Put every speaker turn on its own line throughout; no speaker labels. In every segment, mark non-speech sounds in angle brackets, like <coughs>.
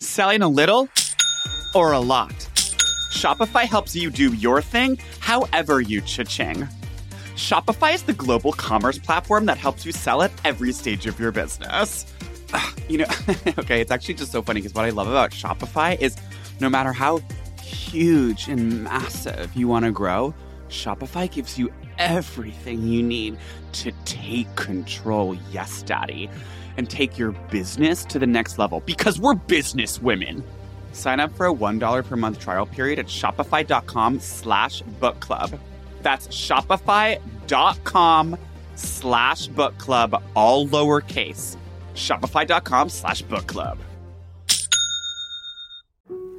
selling a little or a lot? Shopify helps you do your thing however you cha-ching. Shopify is the global commerce platform that helps you sell at every stage of your business. Ugh, You know, <laughs> okay, it's actually just so funny because what I love about Shopify is no matter how huge and massive you want to grow, Shopify gives you everything you need to take control, yes, daddy, and take your business to the next level because we're business women. Sign up for a $1 per month trial period at shopify.com slash book club. That's shopify.com slash book club, all lowercase. Shopify.com slash book club.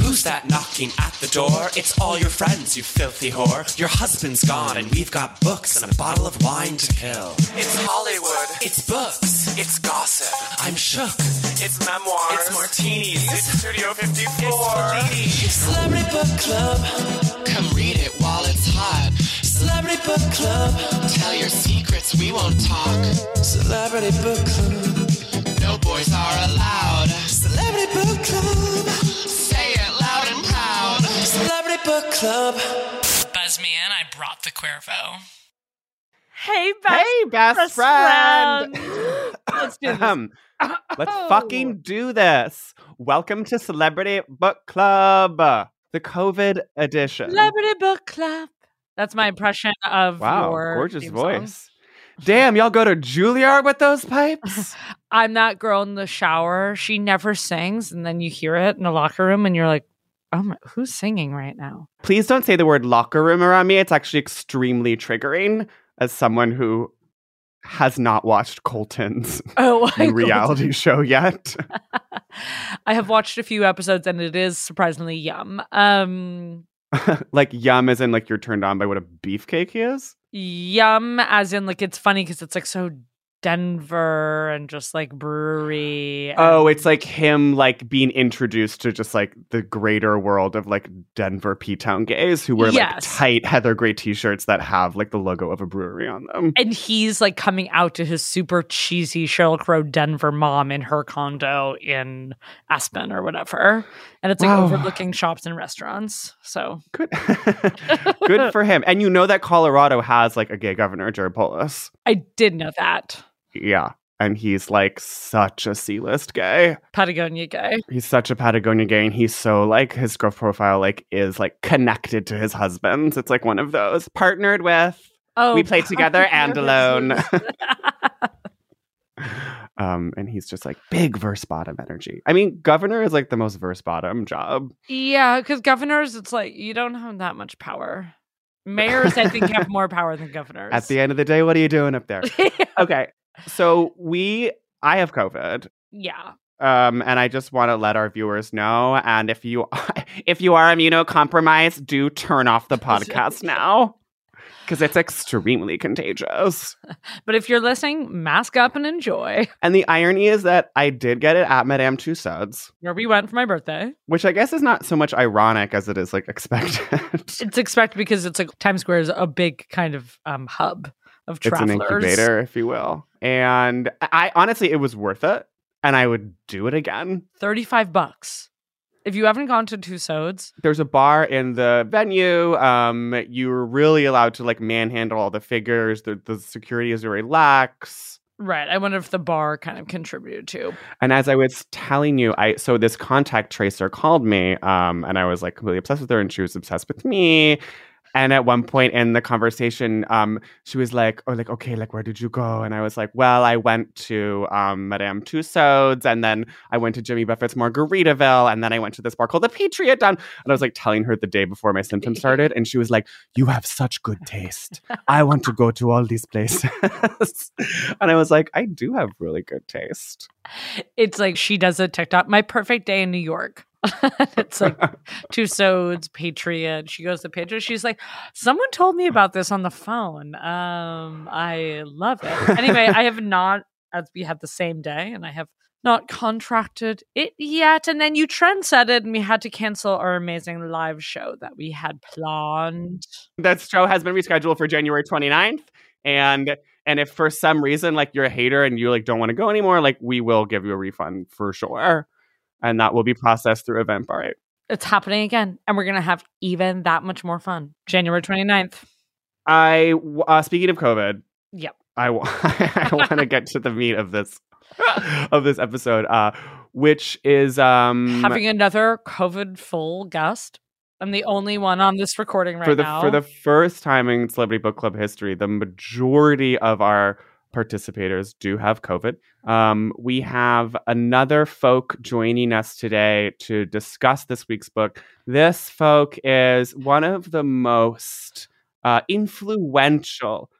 Who's that knocking at the door? It's all your friends, you filthy whore. Your husband's gone, and we've got books and a bottle of wine to kill. It's Hollywood. It's books. It's gossip. I'm shook. It's memoirs. It's martinis. It's Studio 54. It's Celebrity Book Club. Come read it while it's hot. Celebrity Book Club. Tell your secrets, we won't talk. Celebrity Book Club. No boys are allowed. Celebrity Book Club. Say it loud and proud. Celebrity Book Club.
Buzz me in, I brought the Cuervo.
Hey, best,
Hey, best friend.
friend. <laughs> Let's do this. Oh.
Ahem. Let's fucking do this. Welcome to Celebrity Book Club, the COVID edition.
Celebrity book club. That's my impression of
wow,
your
gorgeous
theme song.
voice. Damn, y'all go to Juilliard with those
<laughs>
pipes?
I'm that girl in the shower. She never sings, and then you hear it in the locker room, and you're like, "Oh my, who's singing
<laughs>
right now?" <laughs>
Please don't say the word locker room around me. It's actually extremely triggering as someone who has not watched Colton's
Oh, <laughs> I go-
reality show yet. <laughs>
I have watched a few episodes, and it is surprisingly yum. Um,
like yum as in like you're turned on by what a beefcake is.
yum, as in like it's funny because it's like so Denver and just
<gasps>
like brewery. and-
Oh, it's like him like being introduced to just like the greater world of like Denver P Town gays who wear like
Yes.
tight Heather Gray t shirts that have like the logo of a brewery on them.
and he's like coming out to his super cheesy Cheryl Crow Denver mom in her condo in Aspen or whatever. And it's like
Wow.
overlooking shops and restaurants. So
Good, <laughs> good for him. And you know that Colorado has like a gay governor, Jared Polis.
I did know that.
Yeah, and he's like such a C list gay.
Patagonia guy.
He's such a Patagonia gay, and he's so like his girl profile like is like connected to his husband's. It's like one of those partnered with.
Oh,
We play together and alone. <laughs>
alone.
Um, and he's just like big verse bottom energy. I mean, governor is like the most verse bottom job.
yeah, because governors, it's like you don't have that much power. Mayors, I think, have more power than governors.
At the
<laughs>
end of the day, what are you doing up there? okay, so we, I have COVID.
yeah.
um, and I just want to let our viewers know. And if you <laughs> if you are immunocompromised, do turn off the podcast now because it's extremely contagious.
But if you're listening, mask up and enjoy.
And the irony is that I did get it at Madame Tussauds,
Where we went for my birthday.
which I guess is not so much ironic as it is like <laughs> expected.
It's expected because it's like Times Square is a big kind of um hub of
it's an
travelers.
incubator, if you will. And I honestly, it was worth it. and I would do it again.
35 bucks. If you haven't gone to Tussauds,
There's a bar in the venue. Um, you're really allowed to like manhandle all the figures. The, the security is very lax.
right, I wonder if the bar kind of contributed to.
And as I was telling you, I so this contact tracer called me, um, and I was like completely obsessed with her, and she was obsessed with me. And at one point in the conversation, um, she was like, "Oh, like okay, like where did you go?" And I was like, "Well, I went to um, Madame Tussauds, and then I went to Jimmy Buffett's Margaritaville, and then I went to this bar called the Patriot Down." And I was like telling her the day before my symptoms started, and she was like, "You have such good taste. I want to go to all these places." <laughs> and I was like, "I do have really good taste."
It's like she does a TikTok, my perfect day in New York. <laughs> it's like Tussauds, Patriot. She goes to Patriot. She's like, someone told me about this on the phone. Um, I love it. Anyway, I have not, as we had the same day, and I have not contracted it yet. And then you trendsetted, and we had to cancel our amazing live show that we had planned.
that show has been rescheduled for January 29th. And and if for some reason like you're a hater and you like don't want to go anymore, like we will give you a refund for sure. And that will be processed through Eventbrite.
It's happening again, and we're gonna have even that much more fun. January 29th.
I w- uh, speaking of COVID,
Yep.
I w- <laughs> I want to get to the meat of this of this episode, uh, which is um
having another COVID full guest. I'm the only one on this recording right
for the
now.
for the first time in Celebrity Book Club history, the majority of our participators do have COVID. Um, we have another folk joining us today to discuss this week's book. This folk is one of the most uh, influential,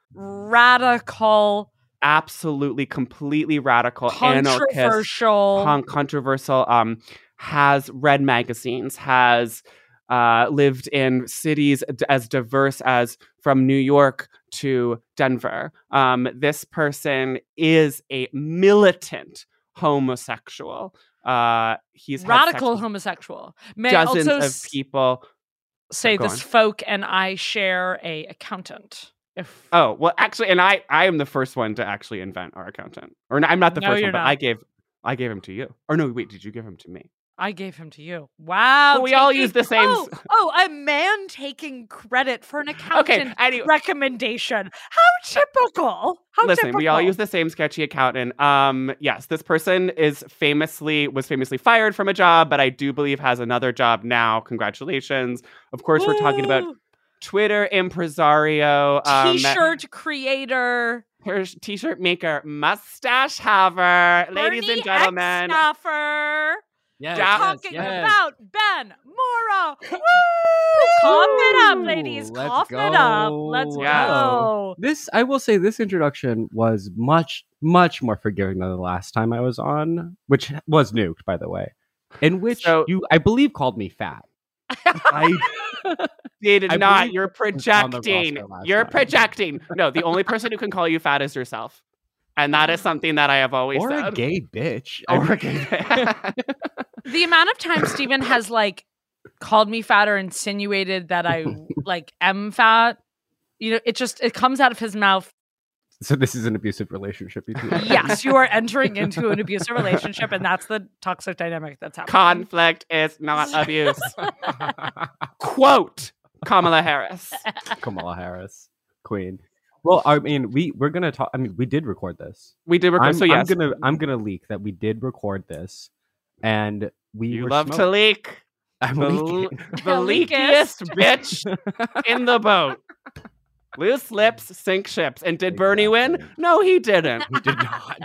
radical,
absolutely, completely radical, anarchist,
controversial.
punk controversial um has read magazines has uh lived in cities d- as diverse as from New York to Denver um this person is a militant homosexual uh he's had
Radical
sex with
homosexual. May I
dozens
also
of
s-
people
say
Go
this
on.
folk and I share a accountant. If
oh well actually and I I am the first one to actually invent our accountant or n- I'm not the
No,
first
you're
one but I
not.
gave I gave him to you or no wait did you give him to me
I gave him to you. Wow.
Well, we all
taking-
use the same
Oh,
s- <laughs>
oh, a man taking credit for an accountant
okay anyway
recommendation. How typical. How
Listen,
typical.
we all use the same sketchy accountant. Um, yes, this person is famously was famously fired from a job, but I do believe has another job now. Congratulations. Of course, we're talking about
Woo!
Twitter impresario, um,
T-shirt creator.
her sh- t-shirt maker, mustache haver, ladies and
Bernie
gentlemen.
Eckstoffer.
Yes,
Yeah.
yes,
talking
yes.
about Ben Mora. Woo! Cough it up, ladies.
Let's
Cough it up.
go.
Let's
Yes.
go.
This I will say this introduction was much much more forgiving than the last time I was on, which was nuked by the way. In which
So-
you I believe called me fat.
<laughs> I did
I
not.
believe
You're
was on the roster
projecting.
last
You're
time. <laughs>
projecting. No, the only person who can call you fat is yourself. And that is something that I have always
Or
said.
a gay bitch. I
Or a <laughs>
mean-
gay.
The amount of time Steven has like called me fat or insinuated that
<laughs>
I like am fat, you know, it just it comes out of his mouth.
so this is an abusive relationship between us.
Yes, you are entering into an abusive relationship, and that's the toxic dynamic that's happening.
conflict is not abuse. Quote Kamala Harris.
<laughs> Kamala Harris, queen. Well, I mean, we we're gonna talk. I mean, we did record this.
We did record.
I'm,
so
I'm
yes,
gonna I'm gonna leak that we did record this, and we
you
were
love to
smoked.
leak.
<laughs> I'm
The,
leaking.
the leakiest bitch
<laughs>
in the boat. Loose lips sink ships. And did Bernie win?
Exactly.
No, he
<laughs>
didn't.
We did not.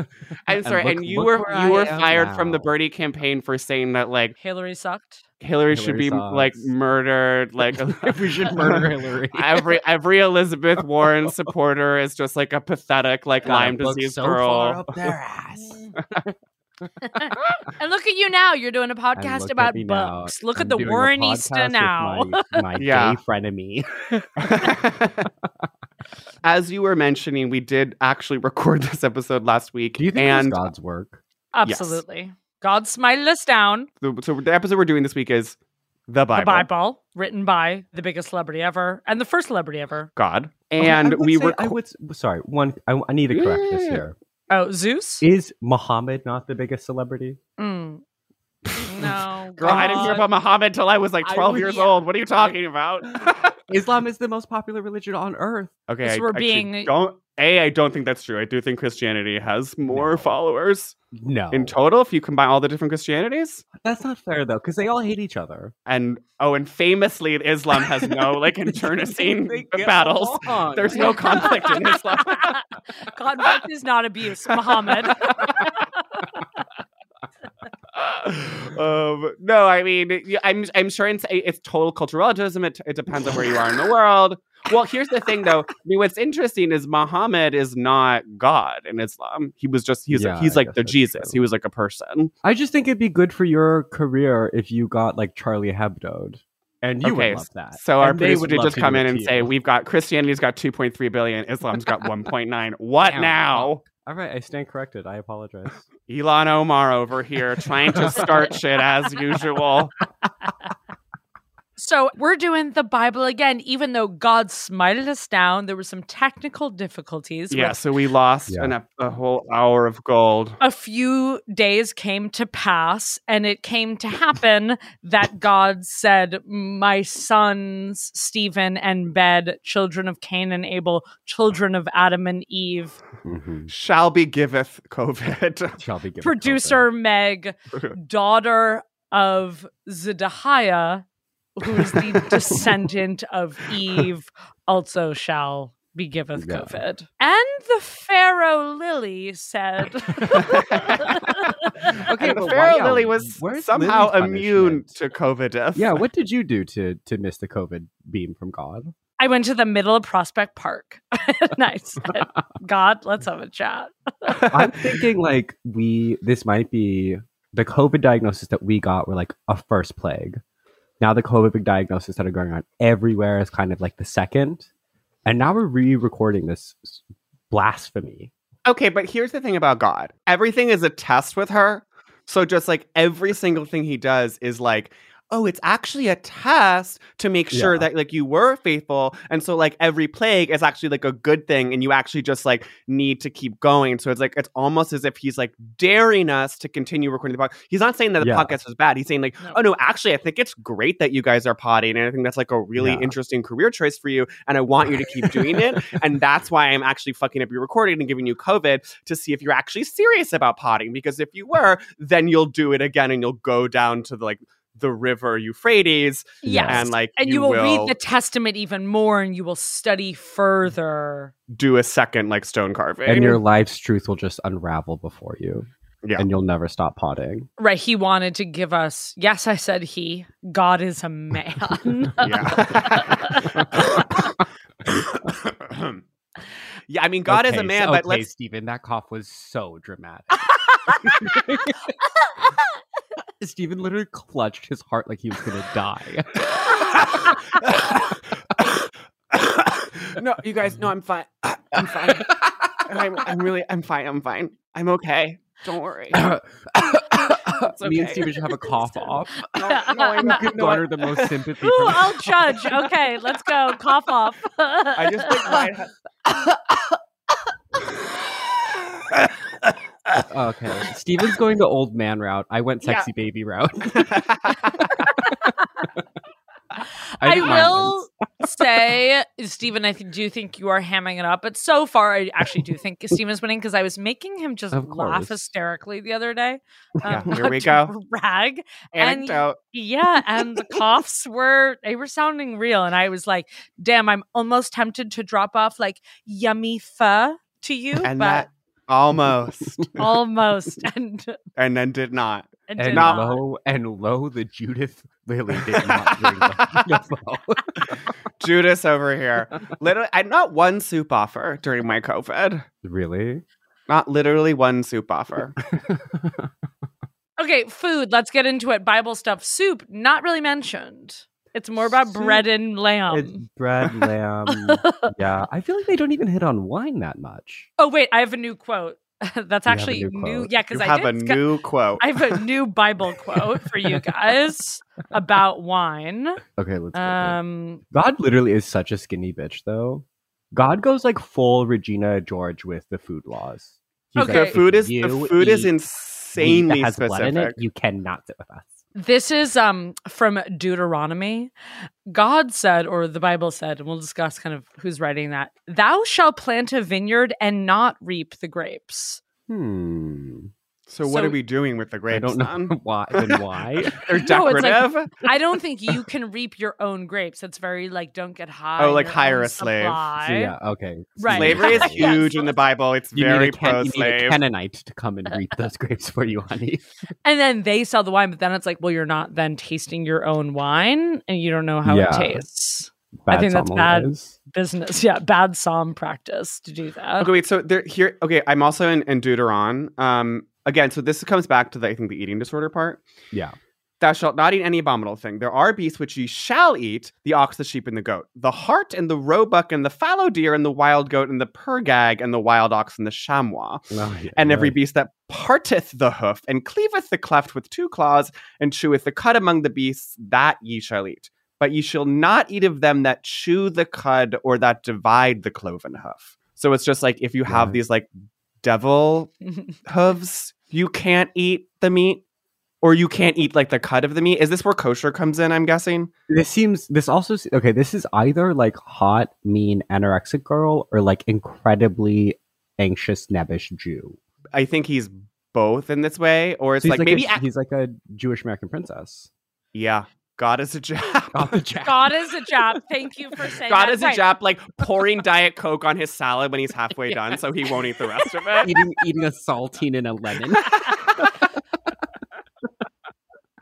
I'm
And
sorry. And,
look-
you
look
were
where I
you were
am
fired from the
now.
Bernie campaign for saying that like
Hillary sucked.
Hillary, should be
Hillary sucks.
like murdered.
<laughs>
Like
we should
<laughs>
murder Hillary.
every every Elizabeth
<laughs>
Warren supporter is just like a pathetic like Lyme disease girl.
And look at you now. You're doing a podcast about books. Look at the Warren Easta now.
My, <laughs> my
Yeah.
gay frenemy. <laughs>
<laughs> As you were mentioning, we did actually record this episode last week.
Do you think
and
it's God's work?
Yes.
Absolutely. God smiled us down.
the, so the episode we're doing this week is the Bible,
The Bible, written by the biggest celebrity ever and the first celebrity ever.
God,
Okay, Oh, I
and
would
we
say-
were
I would s- sorry. One, I, I need to correct this
Yeah.
here.
Oh, Zeus?
Is Muhammad not the biggest celebrity?
Mm.
<laughs>
No.
Girl, I didn't hear
God.
about Muhammad till I was like
I
12
would-
years
yeah.
old. What are you talking about?
<laughs>
<laughs>
Islam is the most popular religion on earth.
okay,
Because
I
we're
actually
being-
don't. A, I don't think that's true. I do think Christianity has more
No.
followers
No,
in total if you combine all the different Christianities.
that's not fair though, because they all hate each other.
And oh, and famously, Islam has no like
<laughs> They
internecine
get
battles.
along.
There's no conflict
<laughs>
in Islam.
<laughs> Conflict is not abuse,
<laughs>
Muhammad.
um, no, I mean, yeah, I'm I'm sure it's, it's total cultural relativism. It, it depends on where you are in the world. Well, here's the thing, though. I mean, what's interesting is Muhammad is not God in Islam. He was just he's
Yeah,
he's
I
like
guess
the
that's
Jesus.
true.
He was like a person.
<laughs> I just think it'd be good for your career if you got like Charlie Hebdo, and you
okay,
would love that.
so our
And they
producer
would
would
love
just
to
come
do
in
it
and
to
say,
you.
"We've got Christianity's got 2.3 billion, Islam's
<laughs>
got 1.9. What
Damn.
now?"
All right, I stand corrected. I apologize.
Elon Omar over here trying to start shit as
<laughs>
usual.
So we're doing the Bible again, even though God smited us down. There were some technical difficulties. with
Yeah, so we lost
Yeah.
an, ep- a whole hour of gold.
a few days came to pass and it came to happen that God said, My sons, Stephen and Bed, children of Cain and Abel, children of Adam and Eve,
Mm-hmm.
shall be giveth
<laughs>
COVID. <laughs>
Shall be given
producer Meg, daughter of Zedekiah, who is the descendant of Eve, also shall be giveth
Yeah.
COVID. And the Pharaoh Lily said, <laughs>
Okay,
and
but
Pharaoh
wow,
Lily was
where's
somehow
Lily's
immune
punishment?
to COVID death. <laughs>
Yeah, what did you do to to miss the COVID beam from God?
I went to the middle of Prospect Park. <laughs> and
<laughs>
I said, God, let's have a chat.
<laughs> I'm thinking like we this might be the COVID diagnosis that we got were like a first plague. Now the COVID diagnosis that are going on everywhere is kind of like the second, and now we're re-recording this s- blasphemy.
Okay, but here's the thing about God everything is a test with her. So just like every single thing he does is like, oh, it's actually a test to make sure
Yeah.
that like you were faithful. And so like every plague is actually like a good thing and you actually just like need to keep going. So it's like it's almost as if he's like daring us to continue recording the podcast. He's not saying that the
Yeah.
podcast is bad. He's saying like,
No.
oh no, actually I think it's great that you guys are potting and I think that's like a really
Yeah.
interesting career choice for you and I want you to
<laughs>
keep doing it. And that's why I'm actually fucking up your recording and giving you COVID to see if you're actually serious about potting. Because if you were, then you'll do it again and you'll go down to the, like the river Euphrates
Yes.
and like
and you, will, read the Testament even more and you will study further.
do a second like stone carving. <laughs>
and your life's truth will just unravel before you.
Yeah.
And you'll never stop potting.
Right. He wanted to give us, yes, I said he, God is a man.
<laughs>
<laughs>
yeah. yeah, I mean God is a man, but let's
Stephen, that cough was so
<laughs>
dramatic. <laughs> Stephen literally clutched his heart like he was gonna die.
<coughs>
<coughs>
<coughs> no, you guys, no, I'm fine. I'm
<laughs>
fine. I'm, I'm really, I'm fine. I'm fine. I'm okay. Don't worry.
Me and
okay.
Stephen should have a cough off.
No, no,
<laughs>
Uh,
<laughs>
I'm
You
not.
could
No, I-
garner the most sympathy.
Ooh,
From
I'll judge. Okay, let's go. Cough off.
<laughs> I just
<laughs>
think mine
<laughs> okay, Stephen's going the old man route. I went sexy
<laughs>
baby route.
I,
do mine
will say, Stephen, I th- do think you are hamming it up, but so far, I actually do think
<laughs>
Stephen's winning because I was making him just
Of
laugh
course.
hysterically the other day.
Yeah,
Um, <laughs>
here we
not to
go.
Brag. And-
anecdote.
Yeah, and the coughs were they were sounding real, and I was like, "Damn, I'm almost tempted to drop off like yummy pho
<laughs>
to you,
And
but
that almost, <laughs>
almost and
and then did not.
and,
And
did
not-
not.
lo and lo, the Judith Lily did not
<laughs>
bring the <laughs> UFO.
Judas over here. Literally, I not one soup offer during my COVID.
Really?
Not literally one soup offer.
<laughs> Okay, food. Let's get into it. Bible stuff. Soup, not really mentioned. It's more about
Soup.
bread and
Um.
lamb.
it's bread,
<laughs>
lamb. yeah, I feel like they don't even hit on wine that much.
oh wait, I have a new quote. <laughs> That's
You have a
actually
new
new.
quote.
Yeah,
You
because I
have a
did. sc-
new quote.
<laughs> I have a new Bible quote
<laughs>
for you guys about wine.
Okay, let's. go.
Um,
God literally is such a skinny bitch, though. God goes like full Regina George with the food laws. He's
Okay.
The food is the
"You
food is
eat meat
insanely
that has blood in
specific.
it. You cannot sit with us.
This is um from Deuteronomy. God said, or the Bible said, and we'll discuss kind of who's writing that. Thou shalt plant a vineyard and not reap the grapes.
Hmm.
So what
So-
are we doing with the
I
grapes?
don't know
then?
<laughs> why.
<laughs>
Then why?
<laughs> They're
No, it's like-
decorative.
I don't think you
<laughs>
can reap your own grapes. That's very like don't get high.
Oh,
on
like
your
hire
own
a slave.
supply.
So, yeah. Okay.
Right. <laughs>
Slavery is
Yes.
huge in the Bible. It's
You
very
need, a Ken- you
pro
need a
slave.
Canaanite to come and reap those grapes for you,
<laughs>
honey.
And then they sell the wine, but then it's like, well, you're not then tasting your own wine, and you don't know how
Yeah.
it tastes.
Bad
think that's bad.
sommeliers.
Business, yeah, bad psalm practice to do that.
Okay, wait. So there here. Okay, I'm also in, in Deuteron. Um, again, so this comes back to the, I think the eating disorder part.
Yeah.
Thou shalt not eat any abominable thing. There are beasts which ye shall eat: the ox, the sheep, and the goat, the hart, and the roebuck, and the fallow deer, and the wild goat, and the purgag, and the wild ox, and the chamois.
Oh, yeah,
and every
right.
beast that parteth the hoof and cleaveth the cleft with two claws and cheweth the cud among the beasts that ye shall eat but ye shall not eat of them that chew the cud or that divide the cloven hoof so it's just like if you have
Right.
these like devil hooves you can't eat the meat or you can't eat like the cud of the meat is this where kosher comes in i'm guessing
This seems. This also. se- Okay. This is either like hot, mean, anorexic girl, or like incredibly anxious, nebbish Jew.
i think he's both in this way or it's
So he's
like, maybe
a,
ac-
he's like a Jewish American princess.
yeah god is a <laughs> jap
<laughs> God is a job. Thank you
<laughs>
for saying
God
that.
is a
Right.
Jap, like
<laughs>
pouring Diet Coke on his salad when he's halfway done, so he won't eat the rest of it.
eating eating a saltine and a lemon.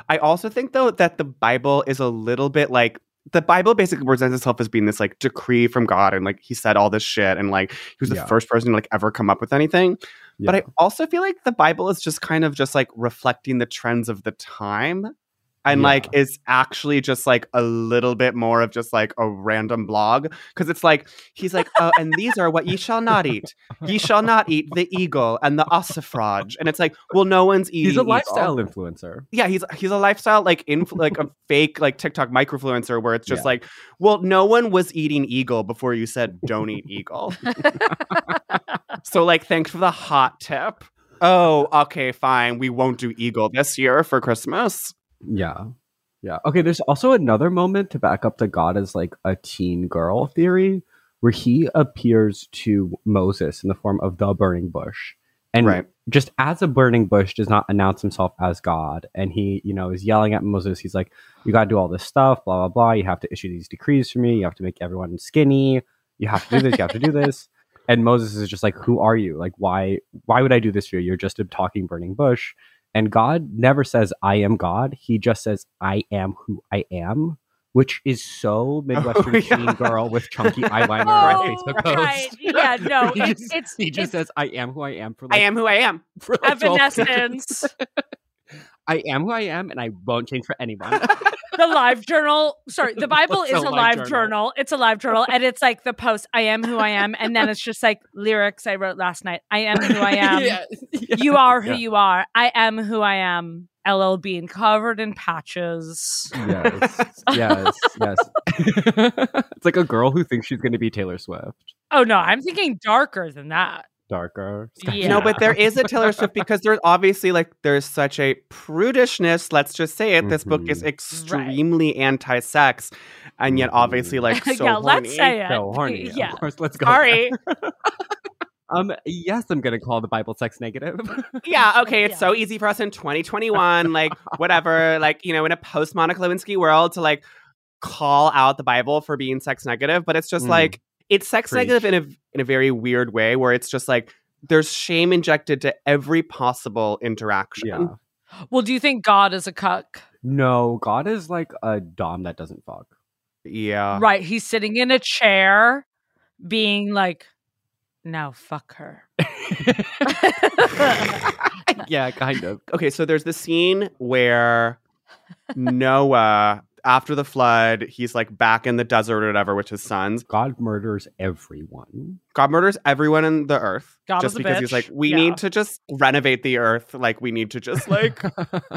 I also think though that the Bible is a little bit like the Bible basically presents itself as being this like decree from God, and like he said all this shit, and like he was the
Yeah.
first person to like ever come up with anything. But
Yeah.
I also feel like the Bible is just kind of just like reflecting the trends of the time. And
Yeah.
like it's actually just like a little bit more of just like a random blog. Cause it's like he's like, oh, and these are what ye shall not eat. Ye shall not eat the eagle and the ossifrage. And it's like, well, no one's eating.
<laughs> He's a
eagle.
lifestyle influencer.
Yeah, he's he's a lifestyle like inf- like <laughs> a fake like TikTok microfluencer where it's just
Yeah.
like, well, no one was eating eagle before you said don't eat <laughs> eagle. so like, thanks for the hot tip. Oh, okay, fine. We won't do eagle this year for Christmas.
Yeah. Yeah. Okay, there's also another moment to back up the God as like a teen girl theory where he appears to Moses in the form of the burning bush. And
Right.
just as a burning bush does not announce himself as God and he, you know, is yelling at Moses, he's like, You gotta do all this stuff, blah blah blah. You have to issue these decrees for me, you have to make everyone skinny, you have to do this, you have to
<laughs>
do this. And Moses is just like, Who are you? Like why why would I do this for you? You're just a talking burning bush. And God never says, I am God. He just says, I am who I am, which is so
<laughs>
Midwestern
Oh, yeah.
teen girl with chunky eyeliner on
Oh,
Facebook
right.
post.
Yeah, no,
He
it's,
just-
it's,
<laughs> He just
it's
says, I am who I am for
I
like,
am who I <laughs> am.
for like 12
evanescence.
I am who I am and I won't change for anyone.
the live journal. Sorry, the Bible
What's
is a
a live
live journal.
journal?
It's a live journal, and it's like the post. I am who I am, and then it's just like lyrics I wrote last night. I am who I am.
<laughs> Yeah, yeah.
You are who
Yeah.
you are. I am who I am. LL being covered in patches.
<laughs> Yes, yes, <laughs> yes. it's like a girl who thinks she's going to be Taylor Swift.
Oh no, I'm thinking darker than that. <laughs>
Darker.
<laughs>
Yeah.
No, but there is a Taylor Swift because there's obviously like there's such a prudishness. Let's just say it. This book is extremely anti-sex, and yet
Mhm.
obviously like
<laughs>
so
<laughs> yeah, let's
horny.
say it.
So horny.
Yeah.
Of course, let's go. there.
Sorry.
Um, yes, I'm going to call the Bible sex negative. <laughs>
yeah,
<laughs>
okay, it's
Yeah.
so easy for us in 2021, like whatever, like you know, in a post Monica Lewinsky world to like call out the Bible for being sex negative, but it's just
Mm.
like it's sex
Preach.
negative in a in a very weird way where it's just like there's shame injected to every possible interaction.
yeah.
Well, do you think God is a cuck?
No, God is like a dom that doesn't fuck. Uh.
Yeah.
right, he's sitting in a chair, being like, "Now fuck her."
yeah, kind of.
okay, so there's the scene where Noah after the flood, he's like back in the desert or whatever with his sons.
God murders everyone.
God murders everyone in the earth.
God
just
is a
because he's
bitch.
like, we
Yeah.
need to just renovate the earth.
<laughs>
Like, we need to just like,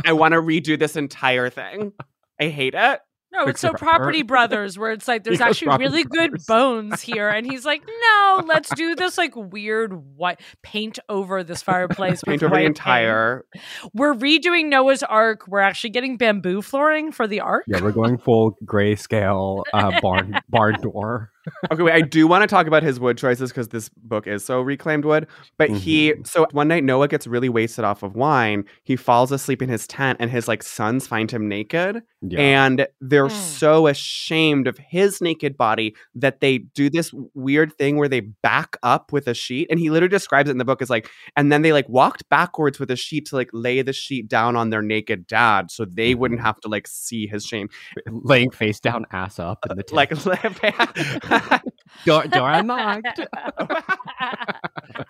I want to redo this entire thing. I hate it.
No, it's so
Bro-
Property
or-
Brothers, where it's like
<laughs>
there's
Because
actually
Property
really good bones here, and he's like, "No, let's do this
<laughs>
like weird white paint over this fireplace, with
Paint over the
white
entire.
paint. We're redoing Noah's Ark. We're actually getting bamboo flooring for the Ark.
Yeah, we're going full grayscale uh, barn barn door.
<laughs> Okay, wait. I do want to talk about his wood choices because this book is so reclaimed wood. But he, so one night Noah gets really wasted off of wine. He falls asleep in his tent, and his like sons find him naked,
Yeah.
and they're
Mm.
so ashamed of his naked body that they do this weird thing where they back up with a sheet. And he literally describes it in the book as like, and then they like walked backwards with a sheet to like lay the sheet down on their naked dad, so they wouldn't
Mm-hmm.
have to like see his
<laughs>
shame.
laying face down, ass up in the tent.
Like, <laughs>
door, door unlocked.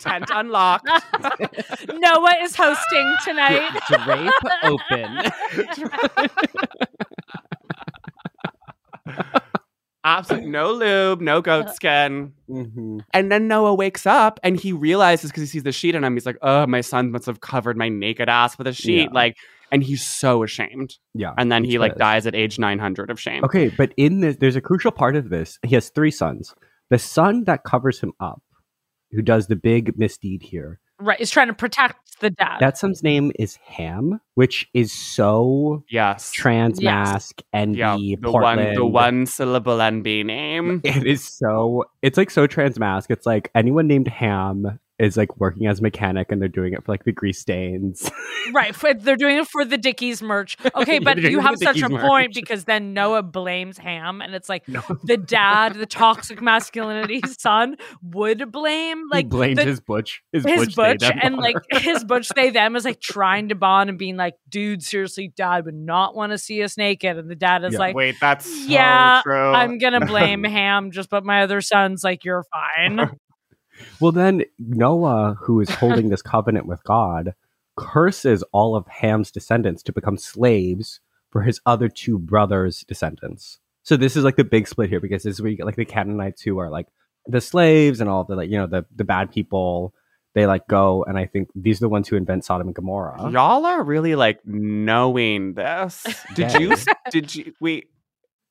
tent unlocked.
Noah is
<laughs>
hosting tonight.
Drape open.
Absolutely no lube, no goat skin.
Mhm.
And then Noah wakes up and he realizes because he sees the sheet on him, he's like, oh, my son must have covered my naked ass with a sheet.
Yeah.
Like, and he's so ashamed.
Yeah.
And then he
he's
like
pissed.
dies at age 900 of shame.
Okay, but in this, there's a crucial part of this. He has three sons. The son that covers him up, who does the big misdeed here,
right, is trying to protect the dad.
that son's name is Ham, which is so
Yes.
trans
Yes.
mask and
yeah. The one, the one syllable NB name.
It is so. It's like so trans mask. It's like anyone named Ham is like working as a mechanic, and they're doing it for like the grease stains. <laughs>
Right, for, they're doing it for the Dickies merch. Okay,
Yeah,
but
they're doing
you
it
have
for
such a
Dickies
point
merch.
because then Noah blames Ham, and it's like the dad, the
<laughs>
toxic masculinity son, would blame like
he blames
the-
his butch, his,
his
butch, they,
butch
them
and like
are. <laughs>
his butch they them is like trying to bond and being like, dude, seriously, dad would not want to see us naked, and the dad is
Yeah. uh,
like,
Wait, that's
yeah,
so true.
I'm gonna
<laughs>
blame Ham, just but my other son's like, you're
<laughs>
fine.
Well, then Noah, who is
<laughs>
holding this covenant with God, curses all of Ham's descendants to become slaves for his other two brothers' descendants. So this is like the big split here because this is where you get like the Canaanites who are like the slaves and all the like you know the the bad people. They like go and I think these are the ones who invent Sodom and Gomorrah.
Y'all are really like knowing this. <laughs> Did
Gay.
you? Did you? Wait,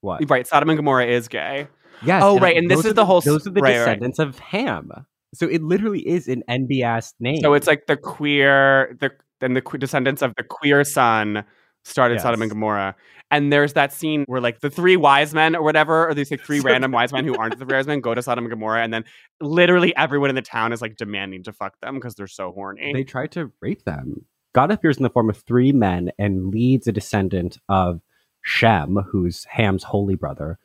What?
right. Sodom and Gomorrah is gay.
Yes.
Oh, right, and this
those
is
are
the whole s-
Those are the
right, right.
descendants of Ham. So it literally is an NBS name.
So it's like the queer, the and the que- descendants of the queer son started Sodom and
Yes.
Gomorrah. And there's that scene where like the three wise men or whatever, or these like
<laughs>
three random wise men who aren't the three wise men go to Sodom and Gomorrah, and then literally everyone in the town is like demanding to fuck them because they're so horny.
they tried to rape them. God appears in the form of three men and leads a descendant of Shem, who's Ham's holy brother.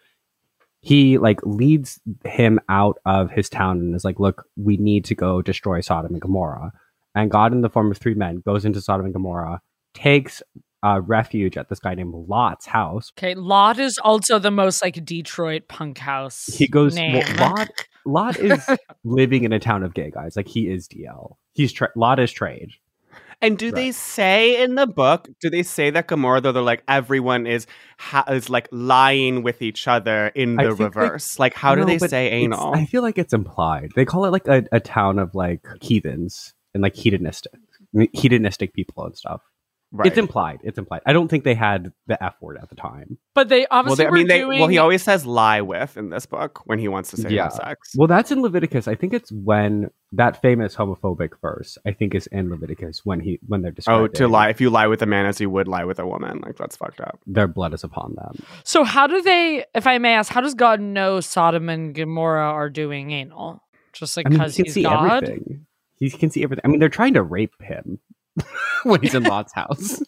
He like leads him out of his town and is like, "Look, we need to go destroy Sodom and Gomorrah." And God, in the form of three men, goes into Sodom and Gomorrah, takes uh, refuge at this guy named Lot's house.
okay, Lot is also the most like Detroit punk house.
He goes,
name.
well, "Lot, Lot is living in a town of gay guys. Like he is DL. He's tra- Lot is trade.
and do they say in the book, do they say that Gomorrah though they're like everyone is ha- is like lying with each other in
I
the
think, like-
reverse? Like, how do
No,
they
but
say
it's-
anal?
I feel like it's implied. They call it like a, a town of like heathens and like hedonistic, hedonistic people and stuff.
right.
It's implied. It's implied. I don't think they had the F word at the time.
but they
well, they,
obviously
I mean,
were
they,
doing
well, he always says lie with in this book when he wants to say
Yeah.
have sex.
Well, that's in Leviticus. I think it's when that famous homophobic verse. I think is in Leviticus when he when they're describing.
Oh, to lie. If you lie with a man as you would lie with a woman, like that's fucked
<laughs>
up.
Their blood is upon them.
So how do they, if I may ask, how does God know Sodom and Gomorrah are doing anal? Just like
I mean,
because
he can
he's
see
God.
everything. He can see everything. I mean, they're trying to rape him <laughs>
<laughs>
when he's in Lot's house.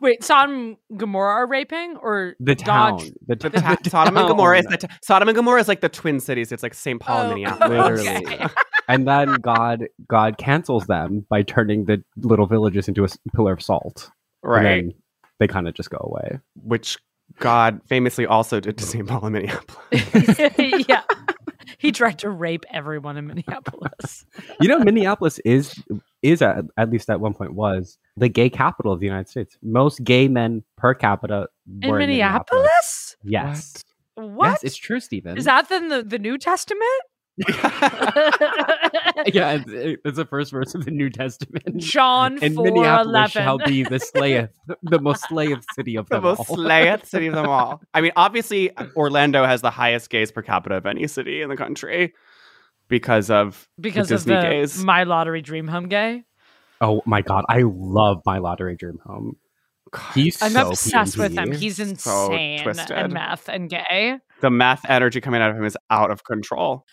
Wait, Sodom and Gomorrah are raping or
The
God-
town. The,
The
town.
<laughs>
ta- <laughs> Sodom and Gomorrah is the ta- Sodom and Gomorrah is like the twin cities. It's like St. Paul
Oh,
and Minneapolis.
<laughs> okay.
literally. and then God God cancels them by turning the little villages into a s- pillar of salt. And
Right.
then they kind of just go away.
Which God famously also did to St. Paul and
<laughs>
Minneapolis.
<laughs> yeah. He tried to rape everyone in Minneapolis.
You know, Minneapolis is is at, at least at one point was the gay capital of the United States. Most gay men per capita were
in Minneapolis?
Yes.
What?
Yes, it's true, Stephen.
Is that then the, the New Testament?
<laughs> yeah, it's, it's the first verse of the New Testament.
John
and
four
Minneapolis shall
eleven.
be the slayeth, the most slayeth
<laughs>
city of
<laughs> the
them
most
all.
slayeth city of them
<laughs>
all. I mean, obviously, Orlando has the highest gays per capita of any city in the country because of
Because
the
of
Disney
the
gays.
My Lottery Dream Home gay.
Oh my god, I love my lottery dream home. He's
I'm
so
obsessed with him.
PNG.
He's
So
insane
twisted.
and meth and gay.
the math energy coming out of him is out of control.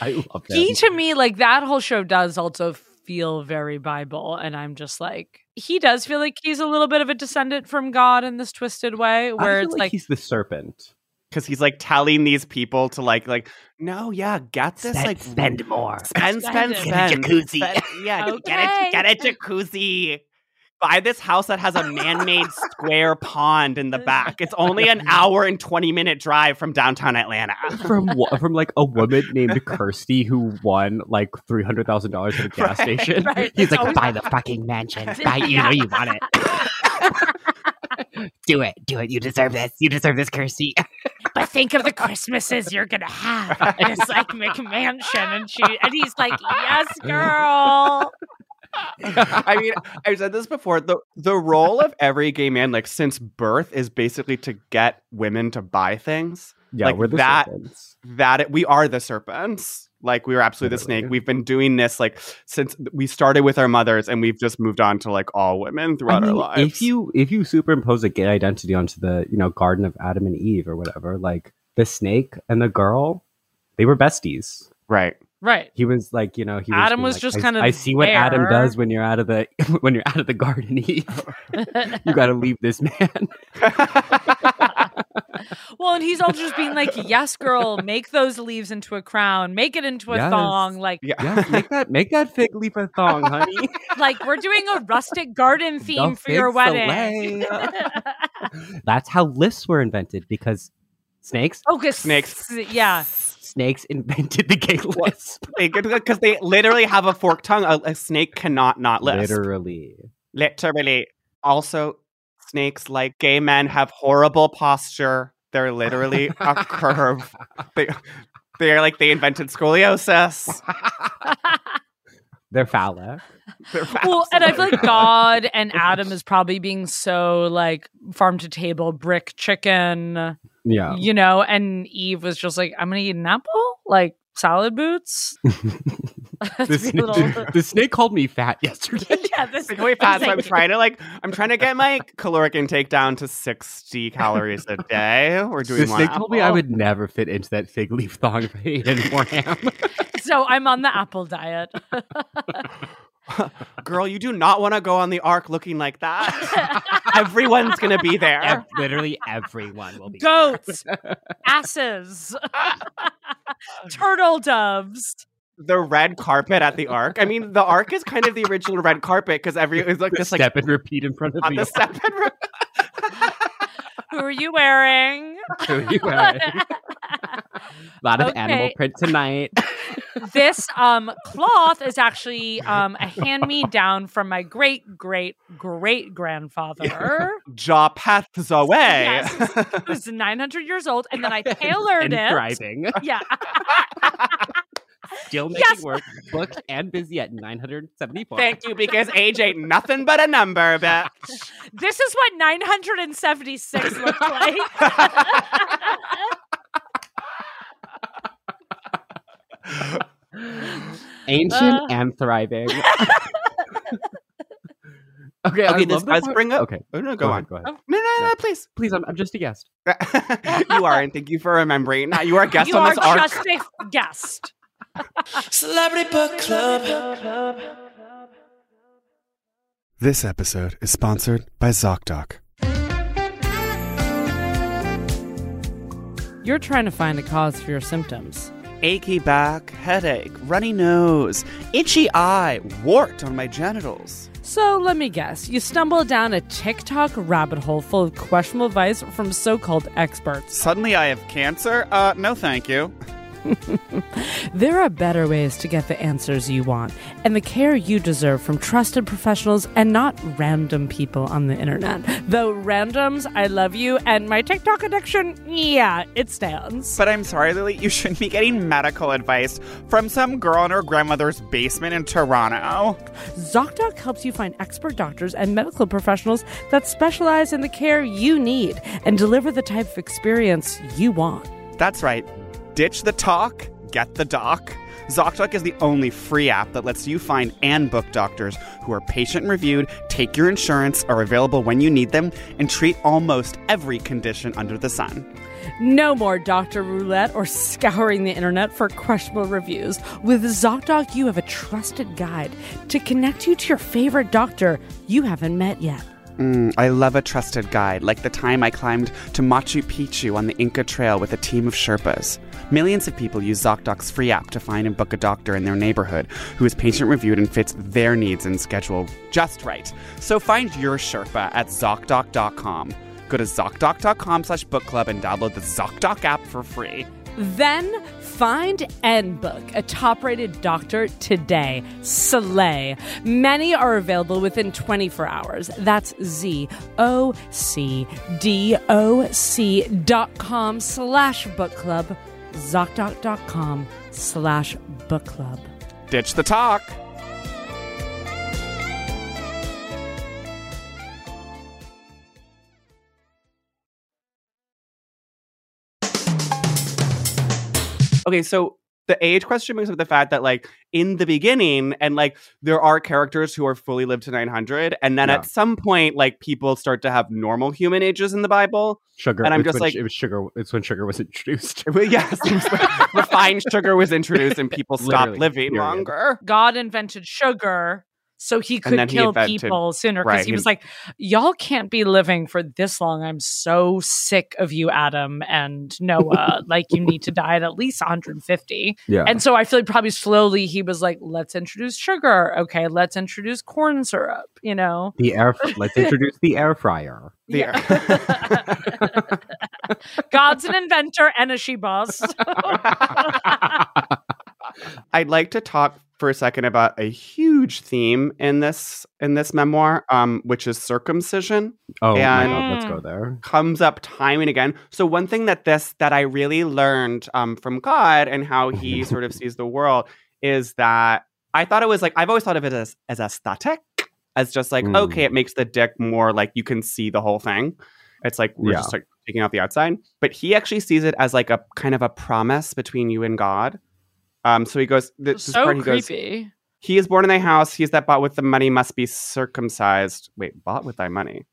I love him.
He to me, like that whole show does also feel very Bible, and I'm just like, he does feel like he's a little bit of a descendant from God in this twisted way,
I
where
feel
it's like,
he's the serpent.
<laughs>
Because he's like telling these people to like, like, no, yeah, get this, like,
more.
spend, spend,
Spend
spend,
it.
jacuzzi, yeah,
Okay.
get a, get a jacuzzi. Buy this house that has a man-made square pond in the back. It's only an hour and twenty-minute drive from downtown Atlanta.
from wo- from like a woman
<laughs>
named Kirsty who won like three hundred thousand dollars at a
<laughs>
gas
Right,
station.
right.
He's
Oh
like, <laughs>
Always-
buy the fucking mansion. Buy you know you want it. <laughs> do it, do it. You deserve this. You deserve this, Kirsty.
but think of the Christmases you're gonna have at this like McMansion, and she and he's like, yes, girl.
I mean, I've said this before. The the role of every gay man, like since birth, is basically to get women to buy things.
Yeah,
Like
we're the
that-
serpents.
That it, we are the serpents. Like we are absolutely the snake.
Literally.
We've been doing this like since we started with our mothers, and we've just moved on to like all women
I
throughout
mean,
our lives.
if you if you superimpose a gay identity onto the you know Garden of Adam and Eve or whatever, like the snake and the girl, they were besties.
right,
Right.
He was like, you know, he was
Adam
being
was
like,
just
I-
kind of
I see what Adam
there.
does when you're out of the <laughs> when you're out of the garden. Eve.
<laughs>
you got to leave this man.
Well, and he's all just being like, yes, girl, make those leaves into a crown, make it into a
Yes.
thong. Like,
yeah. <laughs>
Yeah, make that make that fig leaf a thong, honey.
like we're doing a rustic
<laughs>
garden <laughs> theme
The
for your
fig
wedding. <laughs>
fillet. <laughs> That's how lists were invented because snakes
Oh, 'cause
Snakes.
s- Yeah.
snakes invented the gay lisp.
because they literally have a forked tongue. A, a snake cannot not lisp.
Literally.
Literally. Also, snakes like gay men have horrible posture. They're literally a curve. They they're like they invented scoliosis.
They're phallic.
They're
Well, and I feel like
absolutely-
God and Adam is probably being so like farm to table, brick chicken, <laughs>
Yeah.
you know, and Eve was just like, I'm going to eat an apple, like salad boots.
<laughs> The
That's a
snake,
little.
<laughs> the snake called me fat yesterday.
<laughs> <laughs> Yeah,
<laughs>
this
Like, wait, fast. I'm trying to like, I'm trying to get <laughs> my caloric intake down to 60 calories a day. Or do we
the snake
want?
told me I would never fit into that fig leaf thong <laughs> if I ate any more ham.
So I'm on the apple diet.
Girl, you do not want to go on the ark looking like <laughs> that. Everyone's gonna be there. <laughs>
Ev- literally everyone will be.
Goats, asses, <laughs> turtle doves.
The red carpet at the ark. I mean, the ark is kind of the original red carpet because every it's like this like
Step and repeat in front of
on
<laughs> me.
the step and re-
Who are you wearing?
<laughs>
Anyway. a <laughs> lot of animal
Okay.
print
<laughs>
tonight.
this um cloth is actually um a hand me down from my great great great grandfather.
jaw paths away.
Yes. Who's 900 years old and
<laughs>
then I tailored
and
it.
thriving.
Yeah.
<laughs>
Still making
Yes.
work, booked and busy at 974.
Thank you, because age ain't nothing but a number, bitch.
This is what 976 looks like.
Ancient
Uh.
and thriving. okay, I
Okay, this
love the
does
part-
bring up-
Okay,
Oh, <laughs> no,
go,
go
ahead,
on.
go ahead.
Oh.
No, no, no,
No.
please. <laughs>
Please, I'm, I'm just a guest.
you are, and thank you for remembering. Now You are a <laughs> guest
you
on
are
this arc.
just a guest.
Celebrity Book Club.
This episode is sponsored by ZocDoc.
You're trying to find a cause for your symptoms.
Achy back, headache, runny nose, itchy eye, wart on my genitals.
So let me guess, you stumbled down a TikTok rabbit hole full of questionable advice from so called experts.
Suddenly I have cancer? Uh, no, thank you.
There are better ways to get the answers you want and the care you deserve from trusted professionals and not random people on the internet.
Though randoms, I love you, and my TikTok addiction, yeah, it stands.
But I'm sorry, Lily, you shouldn't be getting medical advice from some girl in her grandmother's basement in Toronto.
ZocDoc helps you find expert doctors and medical professionals that specialize in the care you need and deliver the type of experience you want.
That's right. Ditch the talk, get the doc. ZocDoc is the only free app that lets you find and book doctors who are patient reviewed, take your insurance, are available when you need them, and treat almost every condition under the sun.
No more doctor roulette or scouring the internet for questionable reviews. With ZocDoc, you have a trusted guide to connect you to your favorite doctor you haven't met yet.
Mm, I love a trusted guide, like the time I climbed to Machu Picchu on the Inca Trail with a team of Sherpas. Millions of people use ZocDoc's free app to find and book a doctor in their neighborhood who is patient reviewed and fits their needs and schedule just right. So find your Sherpa at ZocDoc.com. Go to ZocDoc.com slash book club and download the ZocDoc app for free.
Then find and book a top rated doctor today. Soleil. Many are available within 24 hours. That's Z O C D O C dot com slash book club, ZocDoc dot com slash book club.
Ditch the talk.
Okay, so the age question brings up the fact that like in the beginning and like there are characters who are fully lived to 900 and then
Yeah.
at some point like people start to have normal human ages in the bible
Sugar.
and i'm
it's
just
when
like
sh- it was sugar. It's when sugar was <laughs> introduced.
well, yes it was <laughs> like refined sugar was introduced and people stopped
Literally,
living
period.
longer
God invented sugar so he
And
could
then he
kill
invented-
people sooner because
right,
he
he-
was like, Y'all can't be living for this long. I'm so sick of you, Adam and Noah.
<laughs>
like, you need to die at at least 150.
Yeah.
And so I feel like probably slowly he was like, Let's introduce sugar. Okay, let's introduce corn syrup, you know?
The air.
<laughs>
Let's introduce the air <laughs> fryer.
The God's an inventor and a she boss.
I'd like to talk for a second about a huge theme in this in this memoir, um, which is circumcision.
Oh, my
and
God, let's go there.
Comes up time and again. So one thing that this that I really learned um, from God and
Oh,
how He sort of sees the world is that I thought it was like I've always thought of it as as aesthetic, as just like
Mm.
okay, it makes the dick more like you can see the whole thing. It's like we're
Yeah.
just like taking out the outside, but He actually sees it as like a kind of a promise between you and God. Um, so he goes. <laughs> This this
so
part, he goes,
creepy.
he is born in thy house. He is that bought with the money must be circumcised. Wait, bought with thy money.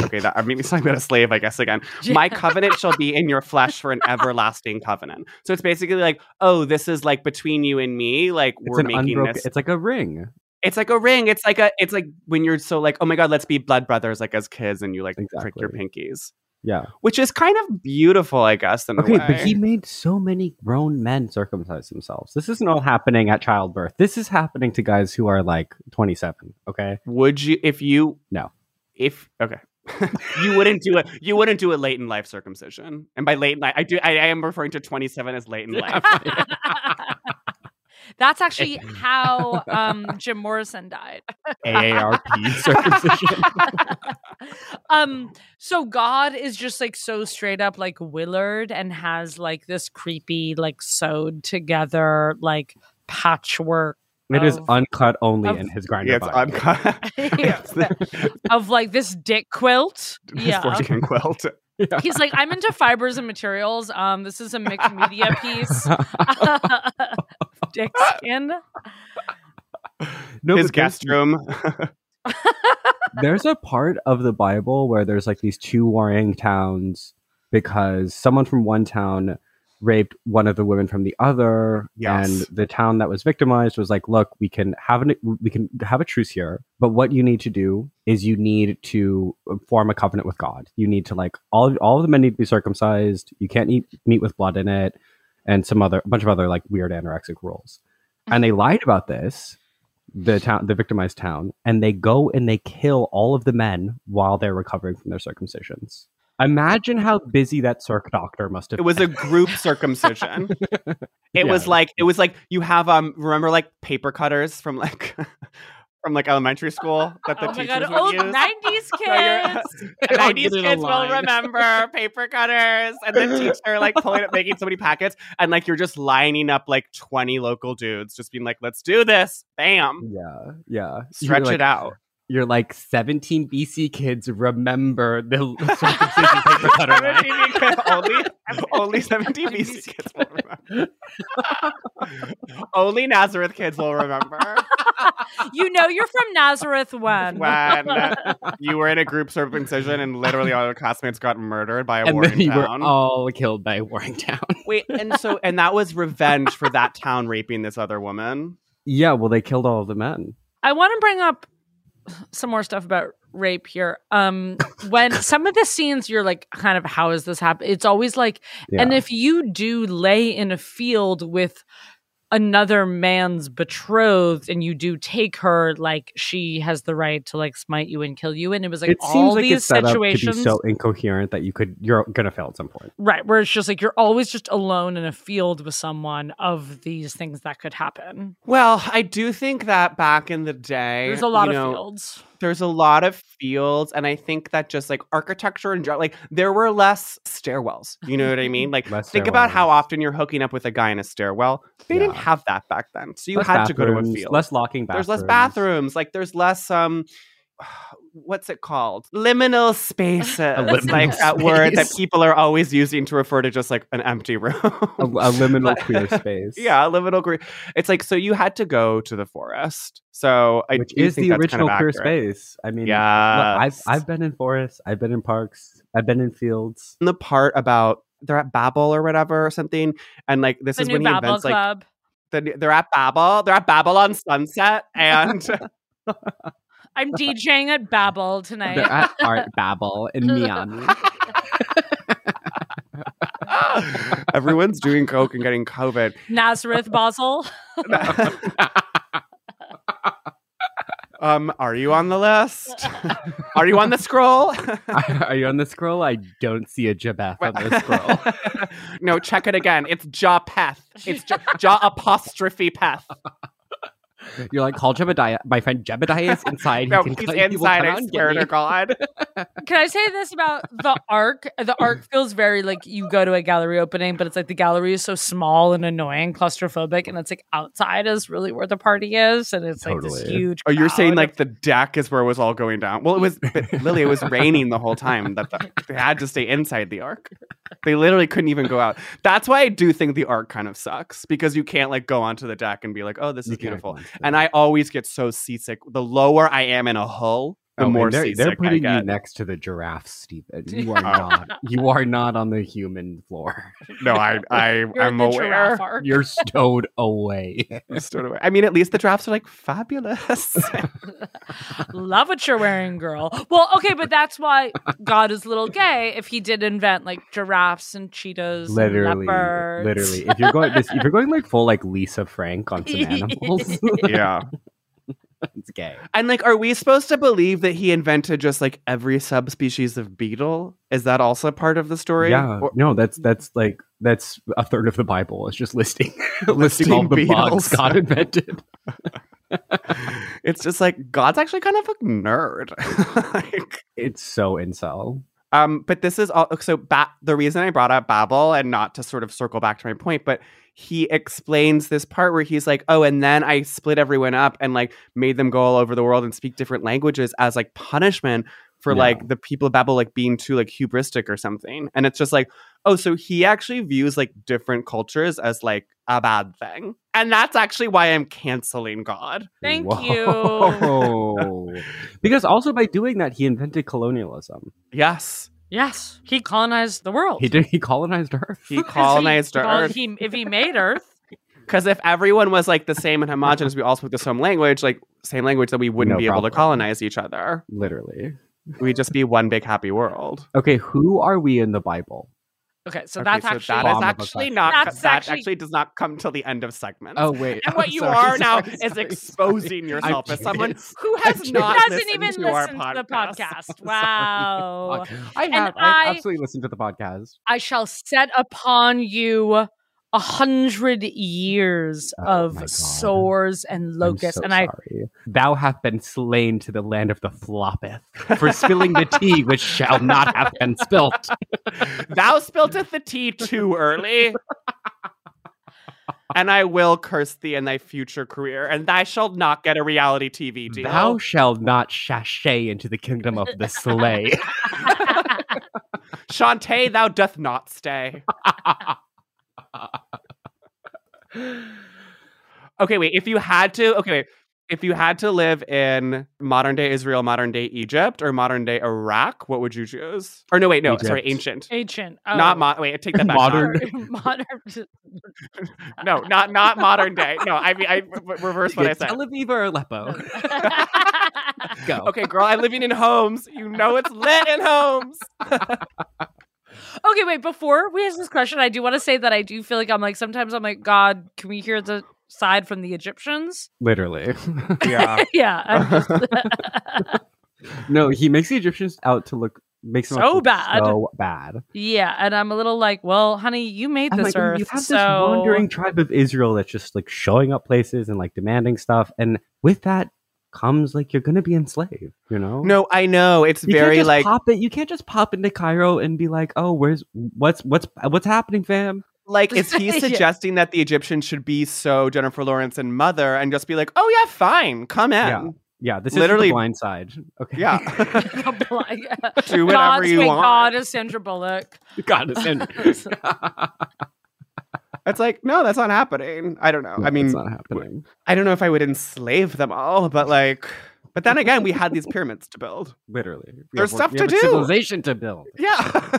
Okay, that made me sound about a slave, I guess. Again, my covenant shall be in your flesh for an everlasting covenant. So it's basically like, oh, this is like between you and me. Like
It's
we're
an
making
unbroken.
this.
It's like a ring.
It's like a ring. It's like a. It's like when you're so like, oh my god, let's be blood brothers, like as kids, and you like prick your pinkies,
Yeah.
which is kind of beautiful, I guess. In
Okay,
a way.
but he made so many grown men circumcise themselves. This isn't all happening at childbirth. This is happening to guys who are like 27.
<laughs>
Okay.
Would you, if you,
no,
if okay <laughs> you wouldn't do it you wouldn't do a late in life circumcision and by late in life i do i, I am referring to 27 as late in
<laughs>
life <laughs>
That's actually how um, Jim Morrison died.
<laughs> AARP circumcision.
um so god is just like so straight up like willard and has like this creepy like sewed together like patchwork
It is
of,
uncut only
of-
in his grinder.
Oh. Yeah, it's
body.
uncut. <laughs>
<laughs> of, like this dick quilt yeah
Fortune quilt
he's like i'm into fibers and materials um this is a mixed media
<laughs>
piece <laughs> dick skin
No,
his
but there's-
guest room
there's a part of the Bible where there's like these two warring towns because someone from one town raped one of the women from the other
Yes.
and the town that was victimized was like look we can have an we can have a truce here but what you need to do is you need to uh, form a covenant with god you need to like all all of the men need to be circumcised you can't eat meat with blood in it and some other a bunch of other like weird anorexic rules and they lied about this the town the victimized town and they go and they kill all of the men while they're recovering from their circumcisions Imagine how busy that circ doctor must have
It was a group
<laughs>
circumcision. It was
Yeah.
like it was like you have um remember like paper cutters from like <laughs> from like elementary school that the
oh my
teachers
god,
would
old
use. <laughs>
nineties kids.
And all these kids will <laughs> remember paper cutters and the teacher like pulling up making so many packets and like you're just lining up like 20 local dudes just being like let's do this
<laughs>
bam
yeah Yeah.
Stretch it out.
<laughs> You're like 17 BC kids remember the <laughs> l- circumcision paper
<laughs>
cutter. line.
only,
<laughs>
only 17 BC kids will remember. <laughs> only Nazareth kids will remember
you know you're from Nazareth when.
when you were in a group circumcision and literally all your classmates got murdered by a
And
war
then
in
you were
town.
all killed by Warring Town.
Wait, and so and that was revenge for that town raping this other woman.
Yeah, well, they killed all of the men.
I want to bring up some more stuff about rape here. Um,
<laughs>
when some of the scenes you're like, kind of, how is this happen? It's always like, and
Yeah.
if you do lay in a field with another man's betrothed and you do take her, like she has the right to like smite you and kill you. And it was like
it
all
seems like
these
it's set up
situations.
to be so incoherent that you could you're gonna fail at some point.
Right, where it's just like you're always just alone in a field with someone of these things that could happen.
Well, I do think that back in the day,
There's a lot
Eh, you
of
know,
fields.
There's a lot of fields, and I think that just like architecture and dr- like there were less stairwells. You know what I
<laughs>
mean? Like think about how often you're hooking up with a guy in a stairwell. They didn't have that back then, so you
Less
had to go to a
bathrooms,
field.
less locking
There's less
bathrooms.
bathrooms. Like there's less um. <sighs> What's it called? Liminal spaces.
liminal
like that word that
space.
people are always using to refer to just like an empty <laughs> room.
A, a
<laughs>
liminal queer space.
Yeah, a liminal queer. It's like so you had to go to the forest. So I
Which
do
is
think
the
that's kind
original
of
queer
accurate.
space. I mean, look, I've
Yes.
I've been in forests, I've been in parks, I've been in fields.
And the part about they're at Babel or whatever or something, and like this
The
is
new
when he
Babel
invents like
Club.
the, they're at Babel. They're at Babel on Sunset, and <laughs>
I'm DJing at Babel tonight.
They're at Art Babel in Miami.
everyone's doing coke and getting COVID.
Nazareth Basel.
Um, are you on the
<laughs>
list? are you on the scroll?
<laughs> Are you on the scroll? I don't see a Jabeth <laughs> on
<laughs>
the scroll.
no, check it again. It's jaw peth. It's jaw, jaw apostrophe peth.
You're like, call Jebediah. My friend Jebediah is inside.
No,
he can
he's
cut- he will come
inside.
out
I
and get
swear
me.
to
<laughs>
God.
Can I say this about
<laughs>
the arc? The arc feels very like you go to a gallery opening, but it's like the gallery is so small and annoying, claustrophobic, and it's like outside is really where the party is, and it's like this huge.
Oh, <laughs> you're saying
crowd.
like the deck is where it was all going down. Well, it was,
<laughs>
but Lily, it was raining the whole time. That the, they had to stay inside the ark. They literally couldn't even go out. That's why I do think the ark kind of sucks because you can't like go onto the deck and be like, oh, this is beautiful. And I always get so seasick. The lower I am in a hull, the
Oh, and
more
they're,
seasick
they're
I
putting
get.
you next to the giraffe, Stephen.
<laughs>
You are not. You are not on the human floor.
No, I, I
You're
am
the
aware. <laughs>
giraffe arc. You're stowed away.
stowed away. I mean, at least the drafts are like
<laughs>
fabulous.
Love what you're wearing, girl. Well, okay, but that's why God is little gay if he did invent like giraffes and cheetahs, and
literally,
leopards.
literally. If you're going, this, if you're going like full like Lisa Frank
<laughs>
on some animals, <laughs>
Yeah.
it's gay.
And like, are we supposed to believe that he invented just like every subspecies of beetle? Is that also part of the story?
Yeah,
Or- <laughs>
no, that's that's like that's a third of the Bible. It's just listing <laughs> listing all
Listing
the bugs
beetles.
God invented.
it's just like God's actually kind of a nerd. <laughs>
It's so incel.
um, but this is all so. Ba- the reason I brought up Babel and not to sort of circle back to my point, but he explains this part where he's like, "Oh, and then I split everyone up and like made them go all over the world and speak different languages as like punishment for
Yeah.
like the people of Babel like being too like hubristic or something." And it's just like, oh, so he actually views like different cultures as like a bad thing, and that's actually why I'm canceling God.
Thank
you. <laughs> because also by doing that, he invented colonialism.
Yes.
Yes, he colonized the world.
He did. He colonized Earth. <laughs>
He colonized
Well,
Earth.
He, if he made Earth,
Because if everyone was like the same and homogenous, we all spoke the same language, like same language, then we wouldn't
No
be able
problem.
to colonize each other.
Literally.
We'd just be one big happy world.
Okay, who are we in the Bible?
Okay, so
Okay,
that's
so
actually
that is actually not
That's
that
actually-
actually, does not come till the end of segment.
Oh, wait.
And what
I'm
you
sorry,
are
<laughs> sorry,
now
sorry,
is
sorry. <laughs>
exposing yourself as someone
curious.
<laughs> who has
I'm
not
curious.
listened
Hasn't even
to our
listened to the
podcast.
podcast. <laughs> Wow.
<laughs> I
And
have. I,
I-
absolutely listened to the podcast.
I shall set upon you a hundred years of sores and
I'm
locusts.
so
and
sorry. thou hath been slain to the land of the floppeth for spilling the tea which shall not have been <laughs> spilt.
Thou spilteth the tea too early. and I will curse thee in thy future career, and thou shalt not get a reality TV deal.
Thou shalt not sashay into the kingdom of the <laughs> slay.
Shantae, thou doth not <laughs> stay. okay, wait. If you had to, okay, wait. If you had to live in modern day Israel, modern day Egypt, or modern day Iraq, what would you choose? Or no, wait, no, sorry,
Egypt.
ancient.
I ancient. Oh. <laughs>
Not mo- wait, I take that back. not-
Modern.
modern.
No, not not modern day. No, I mean I re- reverse what I
It's
said.
Tel Aviv or <laughs> Aleppo. Go.
Okay, girl, I'm living in homes. You know it's lit in homes.
Okay, wait. Before we ask this question, I do want to say that I do feel like I'm like sometimes I'm like God. Can we hear the side from the Egyptians? <laughs>
Literally. <laughs>
Yeah.
yeah. <laughs>
<laughs>
I'm just-
no, he makes the Egyptians out to look makes them out
So
to look
bad.
So bad.
yeah, and I'm a little like, well, honey,
<laughs>
you made
I'm
this
like,
earth.
you have this
so <laughs>
wandering tribe of Israel that's just like showing up places and like demanding stuff, and with that comes like you're gonna be enslaved. You know?
No, I know. It's
You can't
very
just
like
pop it. You can't just pop into Cairo and be like, "Oh, where's what's what's what's happening, fam?"
Like, is he
<laughs> Yeah.
suggesting that the Egyptians should be so Jennifer Lawrence and Mother and just be like, oh, yeah, fine, come in?
Yeah. Yeah, this
Literally-
is the blind side. Okay. <laughs>
Yeah. <laughs> Do whatever
God's
you
way,
want.
God is Sandra Bullock.
God
<laughs>
is in. <laughs>
It's like, no, that's not happening. I don't know. I mean,
it's not happening.
I don't know if I would enslave them all, but like, but then again, we had these pyramids to build.
Literally, We
There's
have-
stuff
we
to
have a
do.
Civilization to build.
Yeah.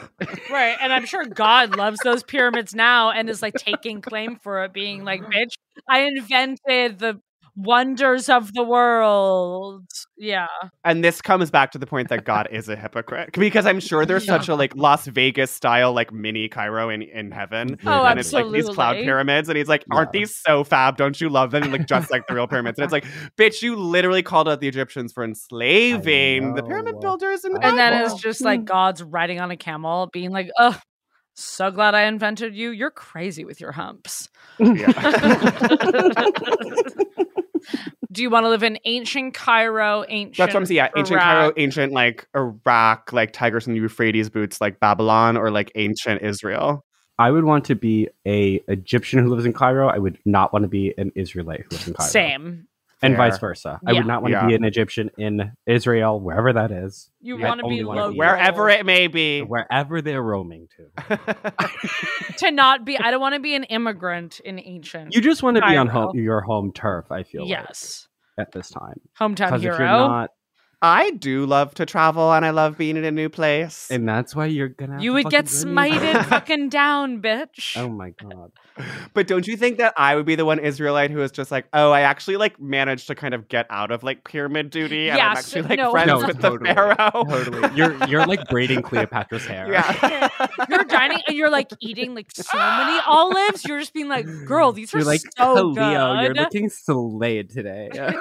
Right. And I'm sure God loves those pyramids now and is like taking claim for it, being like, bitch, I invented the wonders of the world. Yeah.
<laughs> and this comes back to the point that God is a hypocrite because I'm sure there's
Yeah.
such a like Las Vegas style, like mini Cairo in, in heaven.
Oh,
and it's like these cloud
absolutely.
pyramids. And he's like, aren't
Yeah.
these so fab? Don't you love them? And, like, just like the real pyramids. And it's like, bitch, you literally called out the Egyptians for enslaving the
know.
pyramid builders. And,
And then it's
Bible.
just
Hmm.
like God's riding on a camel, being like, oh, so glad I invented you. You're crazy with your humps.
<laughs>
<laughs>
Do you want to live in ancient Cairo, ancient?
That's what I'm saying. Yeah, ancient Cairo,
Iraq?
ancient like Iraq, like tigers and Euphrates boots, like Babylon, or like ancient Israel.
I would want to be a Egyptian who lives in Cairo. I would not want to be an Israelite who lives in Cairo.
Same.
and
Fair.
vice versa. I
Yeah.
would not want to be
Yeah.
an Egyptian in Israel, wherever that is,
You
Yeah,
want to
only
be
wanna be
local.
Wherever it may be.
wherever they're roaming
<laughs>
to.
to not be. I don't want to be an immigrant in ancient.
You just want to be on
Cairo.
home, your home turf. I feel
yes,
like, at this time
hometown <laughs>
because
hero.
if you're not,
I do love to travel and I love being in a new place.
and that's why you're gonna. have
you
to
would get
fucking journey.
smited fucking down, bitch.
Oh my god!
But don't you think that I would be the one Israelite who is just like, oh, I actually like managed to kind of get out of like pyramid duty and I'm
Yes,
actually like
no.
friends
No,
with
totally,
the pharaoh. <laughs>
Totally, you're you're like braiding Cleopatra's hair.
Yeah.
You're dining and you're like eating like so many olives. You're just being like,
<laughs>
girl, these are
<laughs> You're like
so
Leo. You're
good.
looking
<laughs>
slayed today.
and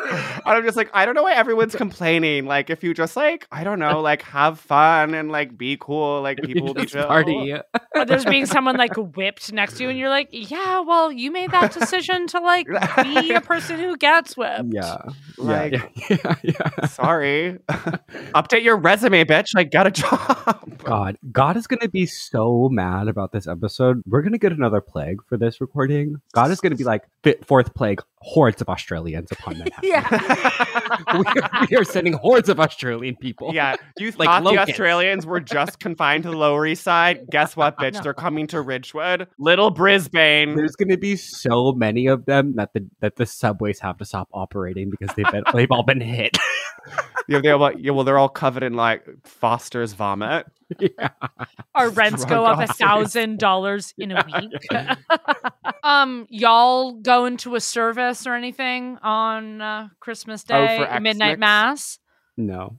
I'm just like, I don't know why everyone's complaining. Like, if you just like, I don't know, like have fun and like be cool, like
<laughs> You
people will be
just
"Oh."
chill.
<laughs>
<laughs>
party.
or there's being someone like whipped next to you, and you're like, yeah, well, you made that decision to like be a person who gets whipped.
Yeah.
Like-
yeah. Yeah. <laughs> Yeah.
Sorry. <laughs> Update your resume, bitch. Like, got a
<laughs>
job.
God, God is going to be so mad about this episode. We're going to get another plague for this recording. God is going to be like fi- fourth plague, hordes of
<laughs>
Australians upon Manhattan.
Yeah.
we, are, we are sending hordes of Australian people.
Yeah,
<laughs>
you
Like
thought the
locusts.
Australians were just confined to the Lower East Side?
<laughs>
Guess what, bitch? They're coming to Ridgewood, Little Brisbane. <laughs>
There's going to be so many of them that the that the subways have to stop operating because they've been, they've all been hit. <laughs>
Yeah, they're like, yeah, well, they're all covered in like Foster's vomit.
Our rents go
Drunk
up a
officers.
<laughs>
thousand dollars in a week. <laughs> um, y'all go into a service or anything on uh, Christmas
Oh,
Day,
for
midnight
Xmas?
mass.
No.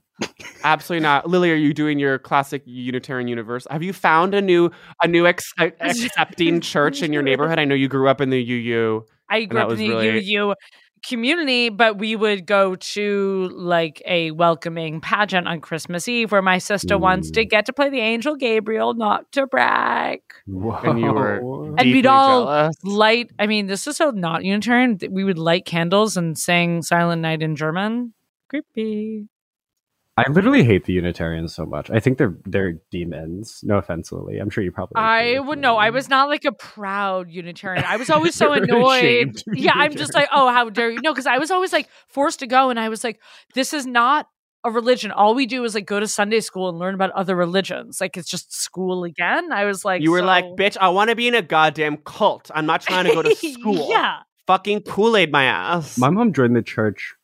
Absolutely not. Lily, are you doing your classic Unitarian universe? Have you found a new a new ex-
<laughs>
accepting church in your neighborhood? I know you grew up in the UU.
I
and
grew
that
up
was
in the
really-
UU community, but we would go to like a welcoming pageant on Christmas Eve where my sister once did get to play the angel Gabriel, not to brag.
And you were
and
deeply
we'd all
jealous.
light. I mean, this is so not Unitarian. th- We would light candles and sing Silent Night in German. Creepy.
I literally hate the Unitarians so much. I think they're they're demons. No offense, Lily. I'm sure you probably
I would no. I was not like a proud Unitarian. I
<laughs>
was always so
You're
annoyed.
ashamed to be
Yeah, I'm just like, oh, how dare you? No, because I was always like forced to go, and I was like, this is not a religion. All we do is like go to Sunday school and learn about other religions. Like it's just school again. I was like,
you were
so-
like, bitch, I want to be in a goddamn cult. I'm not trying to go to school.
<laughs> yeah.
Fucking Kool Aid my ass.
My mom joined the church.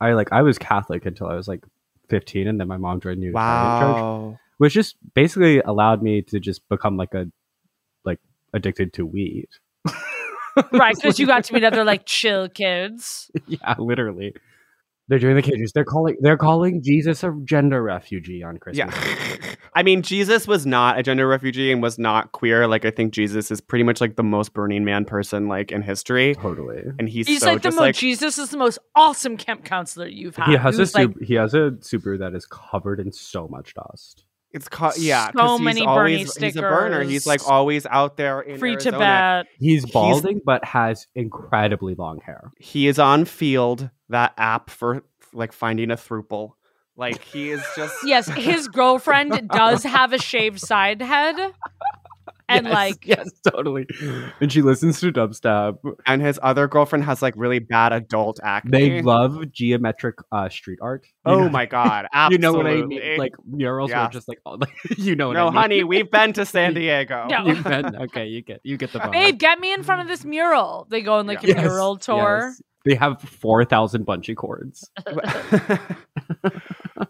I like I was Catholic until I was like 15, and then my mom joined Unitarian
Wow.
Church, which just basically allowed me to just become like a like addicted to weed.
<laughs> right because you got to
<laughs>
meet other like chill kids.
<laughs> yeah, literally. They're doing the cages. They're calling. They're calling Jesus a gender refugee on Christmas.
Yeah. <laughs> I mean, Jesus was not a gender refugee and was not queer. Like, I think Jesus is pretty much like the most Burning Man person like in history.
<laughs>
Totally.
And he's,
He's
so
like the
just
most.
like
Jesus is the most awesome camp counselor you've had.
He has a
Who's, like,
sub- he has a Subaru that is covered in so much dust.
it's ca- yeah.
So
'cause he's
many
always,
Bernie
He's a burner. He's like always out there in
Free
Arizona.
Tibet.
He's balding but has incredibly long hair.
He is on Field, that app for like finding a throuple. Like he is just
<laughs> Yes, his girlfriend does have a shaved side head, and
Yes,
like
<laughs> yes, totally. And she listens to dubstep.
<laughs> And his other girlfriend has like really bad adult acne.
Mm.
They love geometric uh, street art. You
Oh
know-
my god!
<laughs> You know what I
absolutely.
mean? Like murals
Yeah.
are just like, all- like <laughs> you know what I
no,
<laughs>
mean.
honey, we've been to
<laughs>
San Diego.
No.
You bet. okay, you get you get the vibe.
babe, get me in front of this mural. They go on like
Yes,
a mural tour.
yes. They have four thousand bungee cords.
<laughs>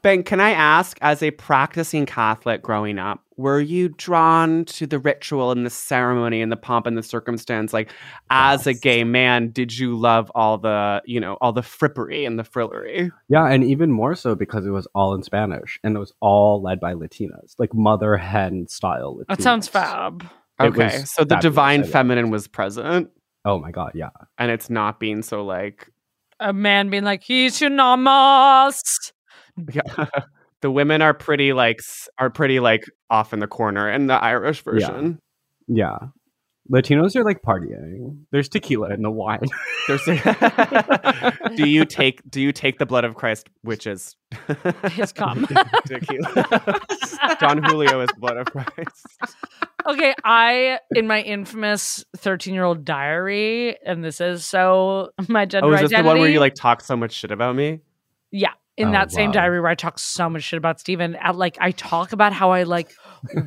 Ben, can I ask, as a practicing Catholic growing up, were you drawn to the ritual and the ceremony and the pomp and the circumstance? Like, as a gay man, did you love all the, you know, all the frippery and the frillery?
Yeah, and even more so because it was all in Spanish and it was all led by Latinas, like mother hen style. Latinas.
That sounds fab.
It
Okay,
was
so the
fabulous,
divine
I love it.
feminine was present,
Oh my god, yeah.
and it's not being so like
A man being like, he's your namas.
Yeah. the women are pretty like s- are pretty like off in the corner in the Irish version.
Yeah. Latinos are like partying. There's tequila in the wine. <laughs>
There's <laughs> do you take do you take the blood of Christ, which is
Has
<laughs>
come.
tequila? <laughs> Don Julio is blood of Christ.
<laughs> okay, I in my infamous thirteen-year-old diary, and this is so my gender
oh, is this
identity.
the one where you like talk so much shit about me?
Yeah. In
Oh,
that same
wow.
diary where I talk so much shit about Steven, at like I talk about how I like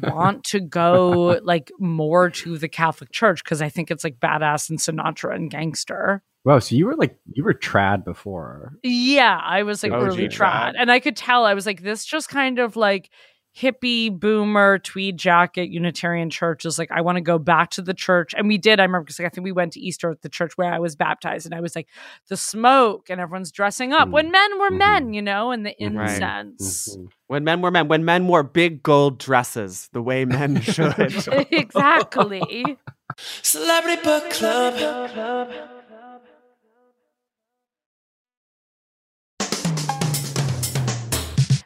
want
<laughs>
to go like more to the Catholic Church because I think it's like badass and Sinatra and gangster.
Wow, so you were like you were trad before.
Yeah, I was like
Oh,
early
gee,
trad,
wow.
and I could tell I was like this just kind of like hippie boomer tweed jacket Unitarian church is like I want to go back to the church, and we did. I remember because like, I think we went to Easter at the church where I was baptized, and I was like the smoke and everyone's dressing up when men were men, you know, and the
Mm, mm-hmm. Right.
incense.
Mm-hmm.
When men were men, when men wore big gold dresses, the way <laughs> men should.
<laughs> exactly.
Celebrity Book Club.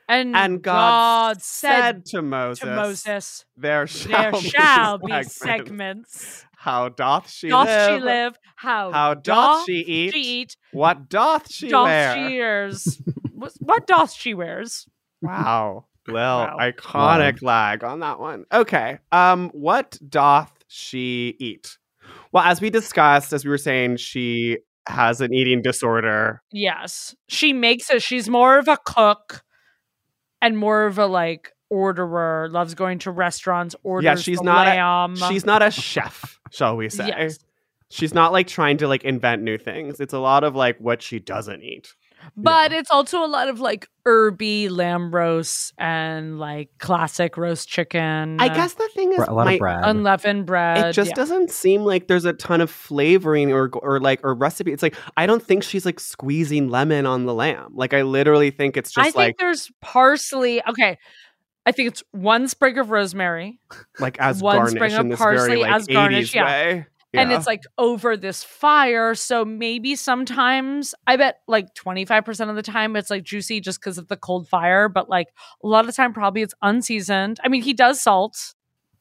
And,
and God, said, to Moses,
to
<laughs>
Moses,
"There shall
there shall be
segments.
segments.
How doth she
doth
live?
she live? How,
How doth she eat? What doth she
doth
wear?
she
<laughs>
wears? what, what doth she wears?
Wow. Lil, iconic lag on that one. Okay. Um, what doth she eat? Well, as we discussed, as we were saying, she has an eating disorder.
Yes, she makes it. She's more of a cook and more of a like orderer. Loves going to restaurants. Orders.
yeah, she's
the
not
lamb.
a, she's not a chef, shall we say.
Yes.
She's not like trying to like invent new things. It's a lot of like what she doesn't eat.
But it's also a lot of like herby lamb roasts and like classic roast chicken.
I guess the thing is
Bre- a lot of my- bread.
Unleavened bread.
it just
yeah.
doesn't seem like there's a ton of flavoring or or like or recipe. It's like I don't think she's like squeezing lemon on the lamb. Like I literally think it's
I
just
think
like
there's parsley. Okay. I think it's one sprig of rosemary,
like as
one
garnish
sprig of
in this
parsley
very like
as garnish.
80s
Yeah.
way.
And
Yeah.
it's like over this fire. So maybe sometimes, I bet like 25% of the time it's like juicy just because of the cold fire. But like a lot of the time, probably it's unseasoned. I mean, he does salt.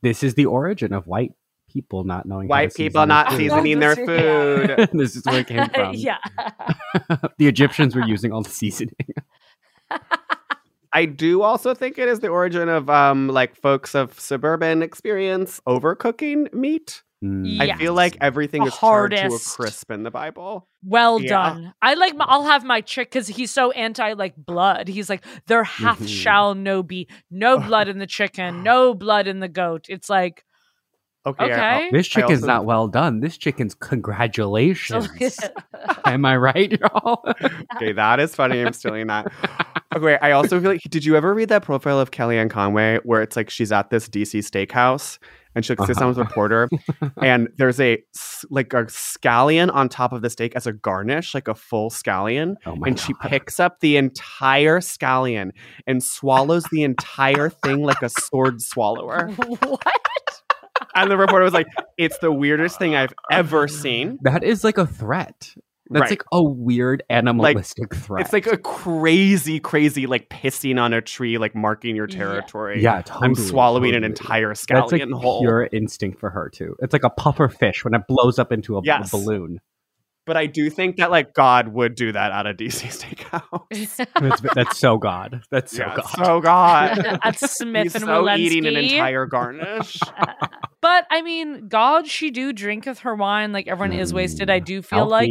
This is the origin of white people not knowing how
White
to season
people not
food.
seasoning their
<laughs>
food.
this is where it came from.
yeah.
<laughs> the Egyptians were using all the seasoning.
I do also think it is the origin of um like folks of suburban experience overcooking meat.
Hmm.
I feel like everything
The
is charred to a
hardest.
crisp in the Bible.
Well
Yeah.
done. I like my, I'll have my chick because he's so anti like blood. He's like, there hath
Mhm.
shall no be
<laughs>
no blood in the chicken, no blood in the goat. It's like
Okay.
I- Okay.
This
I
chicken's
also-
not well done. This
<laughs>
chicken's congratulations.
<laughs>
Am I right, <laughs> y'all?
okay, that is funny. I'm stealing
<laughs>
that. Okay, I also feel like did you ever read that profile of Kellyanne Conway where it's like she's at this DC steakhouse and she like sits down with a
Uh-huh. <laughs>
reporter and there's a s- like a scallion on top of the steak as a garnish, like a full scallion,
Oh
and she picks up the entire scallion and swallows the entire thing like a sword swallower.
<laughs> what?
And the reporter was like, "It's the weirdest thing I've ever seen."
That is like a threat. That's
Right.
like a weird animalistic threat.
It's like a crazy, crazy, like pissing on a tree, like marking your territory.
Yeah,
I'm
totally,
swallowing an
totally.
entire
That's like
scallion whole.
pure instinct for her too. It's like a puffer fish when it blows up into a, a
Yes.
balloon.
But I do think that like God would do that out of DC
<laughs>
Steakhouse.
That's, that's so god. That's so
Yeah,
god.
So
<laughs>
God.
That's Smith
He's
and
so eating an
Walensky.
entire garnish.
But I mean, God, she do drinketh her wine like everyone is wasted.
Mm,
I do feel like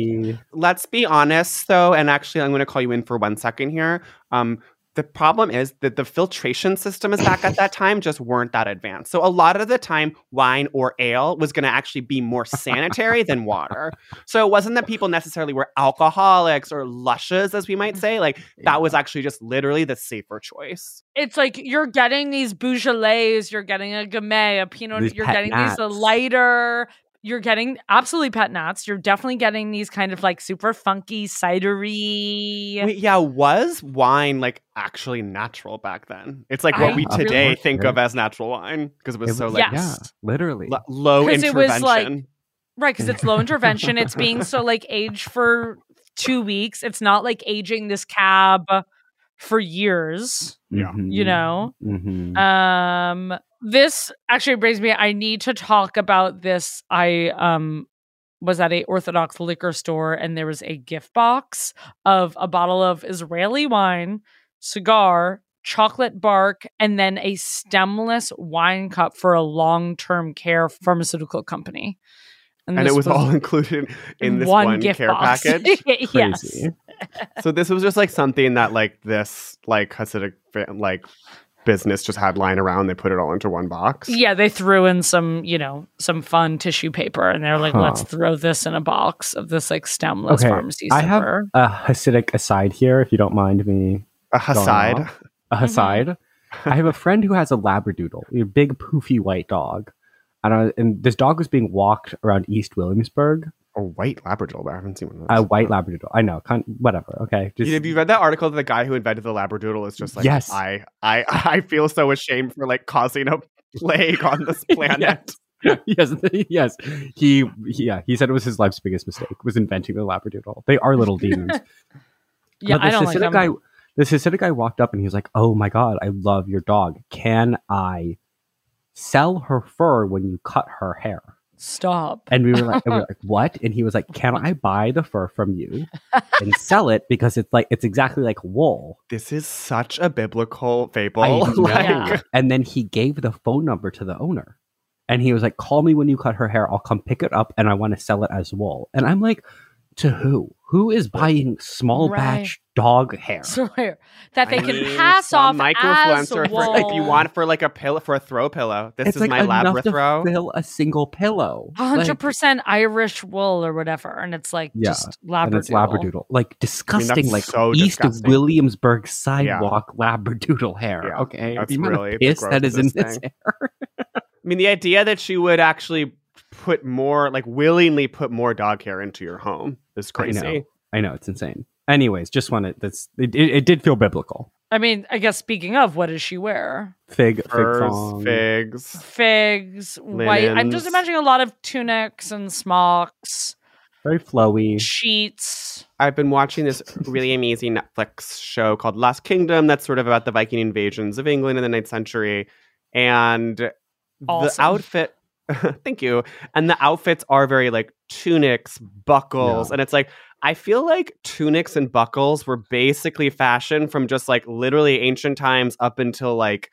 Let's be honest though, and actually I'm gonna call you in for one second here. Um the problem is that the filtration systems back at that time just weren't that advanced. So a lot of the time, wine or ale was going to actually be more sanitary than water. So it wasn't that people necessarily were alcoholics or lushes, as we might say. Like that was actually just literally the safer choice.
it's like you're getting these Beaujolais, you're getting a Gamay, a Pinot,
These
you're getting these uh,
Patnats.
lighter. You're getting absolutely pet knots. You're definitely getting these kind of like super funky cidery.
Wait, yeah, was wine like actually natural back then? It's like what
I
we
really-
today think of as natural wine because it was so like
Yes.
yeah, literally
l- low
Because it
intervention.
was like right because it's low intervention. It's being so like aged for two weeks. It's not like aging this cab for years.
Yeah.
Mm-hmm. you know. Uh,
Mhm.
Um, this actually brings me. I need to talk about this. I um was at a Orthodox liquor store, and there was a gift box of a bottle of Israeli wine, cigar, chocolate bark, and then a stemless wine cup for a long-term care pharmaceutical company.
and, it
this
was, all <laughs> included in this one,
one gift
care
box. <laughs>
package.
Yes. Crazy.
so this was just like something that like this like Hasidic fa- like business just had lying around. They put it all into one box.
Yeah, they threw in some, you know, some fun tissue paper, and they're like,
Huh.
"Let's throw this in a box of this like stemless
Okay,
pharmacy."
I have
silver."
a Uh, Hasidic aside here, if you don't mind me.
A
Hasid? Mm-hmm.
A Hasid. I have a friend who has a Labradoodle, a big poofy white dog, and, I, and this dog was being walked around East Williamsburg.
A white Labradoodle. I haven't seen one. Of
A white Labradoodle. I know. Con- whatever. Okay. Just,
Have you read that article that the guy who invented the labradoodle is just like
Yes.
I I I feel so ashamed for like causing a plague on
<laughs>
this planet.
yes, <laughs> yes. He, yeah, he said it was his life's biggest mistake was inventing the labradoodle. They
<laughs>
are little demons.
Yeah,
But
I
this
don't like
Hasidic
them.
guy, this Hasidic guy walked up and he was like, "Oh my god, I love your dog. Can I sell her fur when you cut her hair?"
Stop.
And we were like, and we were
<laughs>
like "What?" And he was like, "Can I buy the fur from you and sell it because it's like it's exactly like wool."
This is such a biblical fable.
I know.
<laughs> like,
And then he gave the phone number to the owner. And he was like, call me when you cut her hair. I'll come pick it up and I want to sell it as wool. And I'm like, to who? who is buying small
Right.
batch dog hair?
Swear that they
I
can
mean,
pass off
some
as
microfluencer for if you
wool.
want for like a pillow for a throw pillow. This
it's
is
like
my
enough
lab
to
throw.
fill a single pillow. Like,
100% Irish wool or whatever. And it's like
yeah,
just labradoodle.
and it's labradoodle, like disgusting,
that's
like
so
East
disgusting.
Williamsburg sidewalk labradoodle hair.
Yeah,
okay,
that's
the amount
really
of
the
piss
growth
that
of
is in
this
this
thing.
hair. <laughs>
I mean, the idea that she would actually put more, like willingly put more dog hair into your home is crazy.
I know, I know, it's insane. Anyways, just wanted that's it, it, it did feel biblical.
I mean, I guess speaking of, what does she wear?
Fig, fig
Furs,
thong.
figs.
Figs, white. I'm just
Linens.
imagining a lot of tunics and smocks,
very flowy.
sheets.
I've been watching this really amazing Netflix show called Last Kingdom that's sort of about the Viking invasions of England in the ninth century. And the
Awesome.
outfit, <laughs> thank you. And the outfits are very like tunics, buckles.
Yeah.
And it's like, I feel like tunics and buckles were basically fashion from just like literally ancient times up until like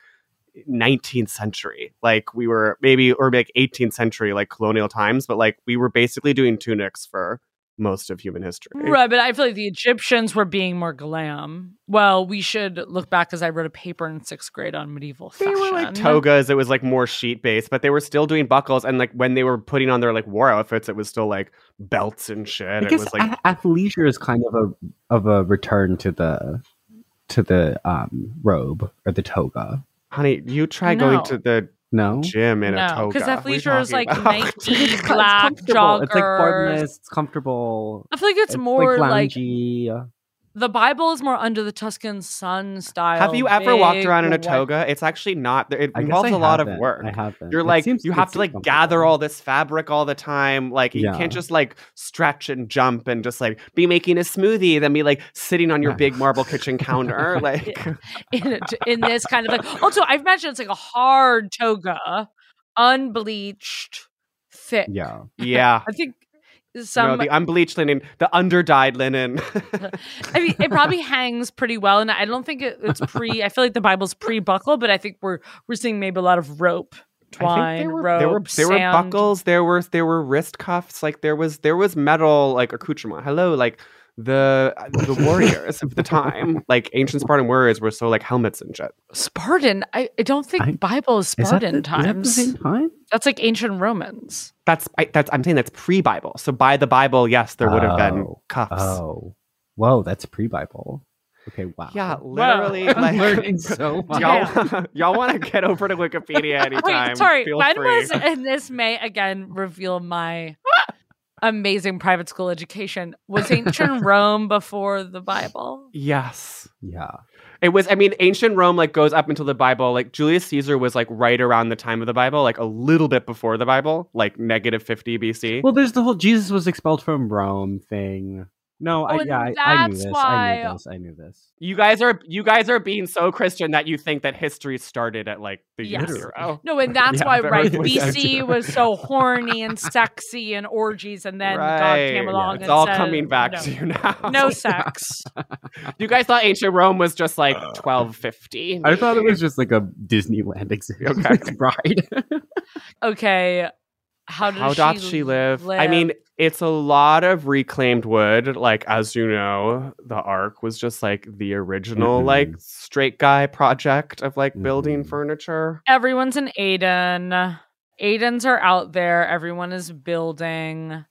19th century like we were maybe or like 18th century like colonial times but like we were basically doing tunics for most of human history
Right, but I feel like the Egyptians were being more glam. Well, we should look back because I wrote a paper in sixth grade on medieval fashion.
togas it was like more sheet based but they were still doing buckles and like when they were putting on their like war outfits it was still like belts and shit
I
it
guess
was like
a- athleisure is kind of a of a return to the to the um, robe or the toga.
honey you try going
No.
to the
no
gym in a
No,
toga
because
What are you
athleisure is
talking
like
about? <laughs>
Nike, black, joggers.
It's like formless. It's comfortable.
I feel like it's more like-
loungy. uh,
The Bible is more under the Tuscan sun style.
have you ever walked
big
around in a
white-
toga? It's actually not. It
I guess
involves
I
a lot of
haven't.
work.
I haven't.
You're
It
like
seems-
you
it
have to
seems
like gather all this fabric all the time. Like you
Yeah.
can't just like stretch and jump and just like be making a smoothie, then be like sitting on your big marble
<laughs>
kitchen counter. Like
<laughs> in, in this kind of like. Also, I've mentioned it's like a hard toga, unbleached, thick.
yeah,
<laughs> yeah.
I think
No,
some.
the unbleached linen, the underdyed
<laughs>
linen.
I mean, it probably <laughs> hangs pretty well, and I don't think it, it's pre. I feel like the Bible's pre-buckle, but I think we're we're seeing maybe a lot of rope,
I
twine,
think there were
rope,
there were there were
sand.
buckles, there were there were wrist cuffs, like there was there was metal like accoutrement. Hello, like the
<laughs>
the warriors of the time, like ancient Spartan warriors were so like helmets and shit.
Spartan. I, I don't think Bible is
is that the-
Spartan
is that the
times.
same
time?
That's like ancient Romans.
That's I, that's I'm saying that's pre-Bible. So by the Bible, yes, there would have been
Oh.
cuffs.
Oh, whoa, that's pre-Bible. Okay, wow. <laughs>
Yeah, <laughs> literally.
I'm
like, <laughs>
learning so much.
Y'all, <laughs> y'all want to get over to Wikipedia anytime?
<laughs> Wait, sorry.
Feel
Mine
free.
was, and <laughs> this may again
<laughs>
reveal my amazing private school education.
<laughs>
Was ancient Rome before the Bible?
Yes. <laughs>
Yeah.
It was, I mean, ancient Rome like goes up until the Bible. Like Julius Caesar was like right around the time of the Bible, like a little bit before the Bible, like negative 50 BC.
Well, there's the whole Jesus was expelled from Rome thing. No,
Oh,
I,
and
yeah, I, I knew
that's
this. I
why-
knew this. I knew this.
you guys are you guys are being so Christian that you think that history started at like the year
Yes.
zero.
No, and that's
Yeah,
why,
very
right?
much
BC
accurate.
was so horny and sexy and orgies, and then God came
Right.
along.
It's
and
all
said,
coming back
no,
to you now.
<laughs>
No sex.
<laughs> You guys thought ancient Rome was just like 1250.
Uh, I thought it was just like a Disneyland <laughs> experience ride.
Okay. How does,
How
she,
doth she live? I mean, it's a lot of reclaimed wood. Like, as you know, the Ark was just like the original,
Mhm.
like, straight guy project of like building furniture.
everyone's in Aiden. Aidens are out there. Everyone is building.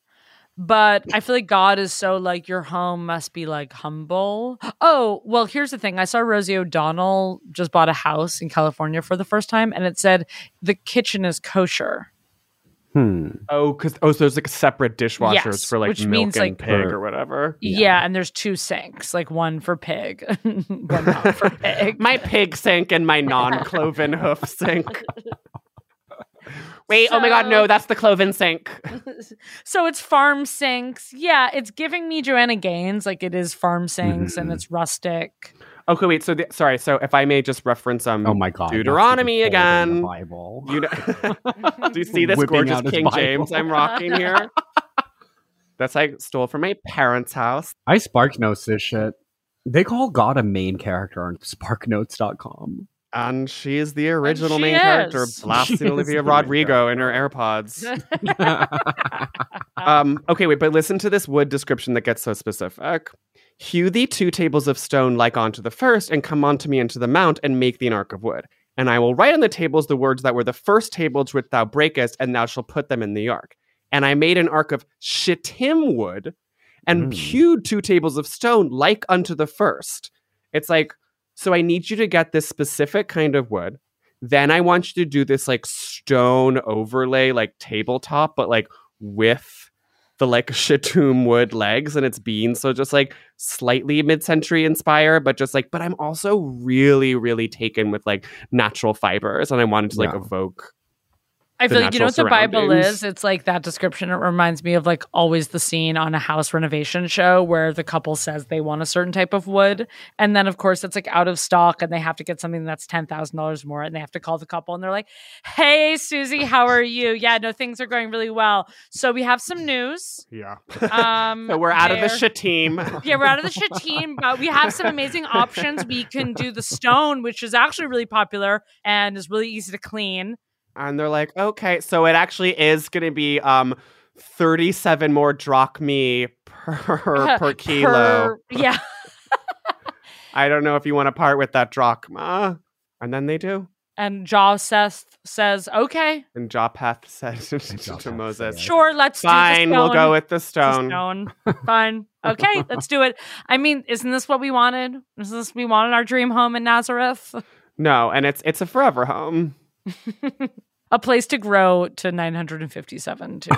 But I feel like God is so like your home must be like humble. Oh, well, here's the thing. I saw Rosie O'Donnell just bought a house in California for the first time and it said the kitchen is kosher.
Hmm.
Oh, because, oh, so there's like separate dishwashers
Yes,
for like
which
milk
means,
and
like-
pig or whatever.
Yeah. and there's two sinks, like one for pig, <laughs> one not for pig.
My pig sink and my non <laughs> cloven hoof sink. Wait, oh my God, no,
So-
that's the cloven sink.
so it's farm sinks. Yeah, it's giving me Joanna Gaines, like it is farm sinks and it's rustic.
<laughs> Okay, wait. So, the, sorry. So, if I may just reference um, oh my god,
that's
Deuteronomy
even older than the
again.
Bible.
You know, <laughs> do you
<laughs>
see this
Whipping
gorgeous
out his
King
Bible.
James I'm rocking
<laughs>
here? That's I stole from my parents' house.
I spark notes this shit. They call God a main character on
<laughs>
sparknotes.com.
And she is the original
she
main
is.
character,
She
blasting
is
Olivia
the main
Rodrigo in her AirPods. Um, okay, wait, but listen to this wood description that gets so specific. Hew thee two tables of stone like unto the first, and come unto me into the mount, and make thee an ark of wood. And I will write on the tables the words that were the first tables which thou breakest, and thou shalt put them in the ark. And I made an ark of shittim wood, and hewed two tables of stone like unto the first. It's like, so I need you to get this specific kind of wood. Then I want you to do this like stone overlay, like tabletop, but like with the like <laughs> shittum wood legs and its beams. So just like slightly mid-century inspired, but just like, but I'm also really, really taken with like natural fibers. And I wanted to like
Yeah.
evoke.
I
the
feel like you know what the
natural
Bible
surroundings.
is? It's like that description. It reminds me of like always the scene on a house renovation show where the couple says they want a certain type of wood. And then, of course, it's like out of stock and they have to get something that's $10,000 more and they have to call the couple and they're like, hey, Susie, how are you? Yeah, no, things are going really well. So we have some news.
<laughs> Yeah.
Um,
So we're out of the
there- <laughs>
shittim.
yeah, we're out of
<laughs>
the Shateen, but we have some amazing options. We can do the stone, which is actually really popular and is really easy to clean.
And they're like, okay, so it actually is going to be um 37 more drachmi
<laughs>
per per kilo.
Per- <laughs> yeah.
I don't know if you want to part with that drachma. And then they do.
And Jaw says, says, okay,
And Jopath said <laughs> to Moses,
sure, let's
Fine,
do the stone.
we'll go with the
It's a
stone. <laughs>
Fine. Okay, let's do it. I mean, isn't this what we wanted? Isn't this we wanted our dream home in Nazareth?
No, and it's it's a forever home.
A place to grow to 957, too.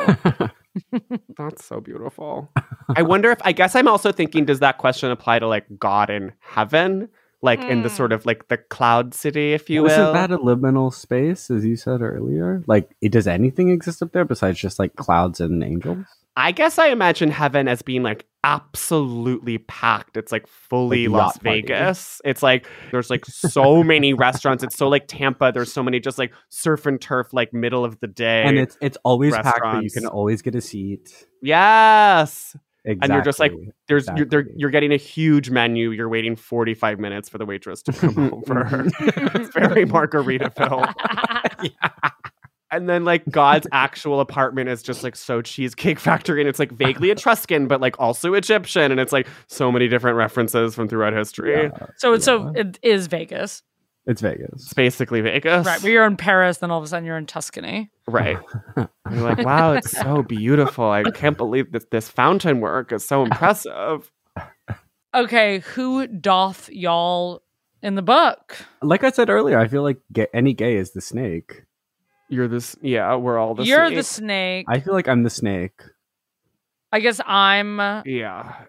<laughs> That's so beautiful. I wonder if I guess I'm also thinking does that question apply to like God in heaven? Like in the
Hmm.
sort of like the cloud city, if you will.
Isn't that a liminal space, as you said earlier? Like, it does anything exist up there besides just like clouds and angels?
I guess I imagine heaven as being like absolutely packed. It's like fully
Like yacht
Las
party.
Vegas. It's like there's like so many restaurants. It's so like Tampa. There's so many just like surf and turf, like middle of the day.
and it's it's always packed, but you can
restaurants.
always get a seat.
Yes. And you're just like
Exactly.
there's you're, they're, you're getting a huge menu. You're waiting 45 minutes for the waitress to come over. it's very
<laughs>
Margaritaville. And then like God's actual apartment is just like so cheesecake factory and it's like vaguely Etruscan but like also Egyptian and it's like so many different references from throughout history.
so it's so it is Vegas.
It's Vegas.
It's basically Vegas.
Right. But you're in Paris, then all of a sudden you're in Tuscany.
Right. And you're like, wow, it's so beautiful. I can't believe that this fountain work is so impressive.
Okay, who doth y'all in the book?
Like I said earlier, I feel like ga- any gay is the snake.
You're this, yeah. We're all
You're the snake.
I feel like I'm the snake.
I guess
<laughs>
I'm
yeah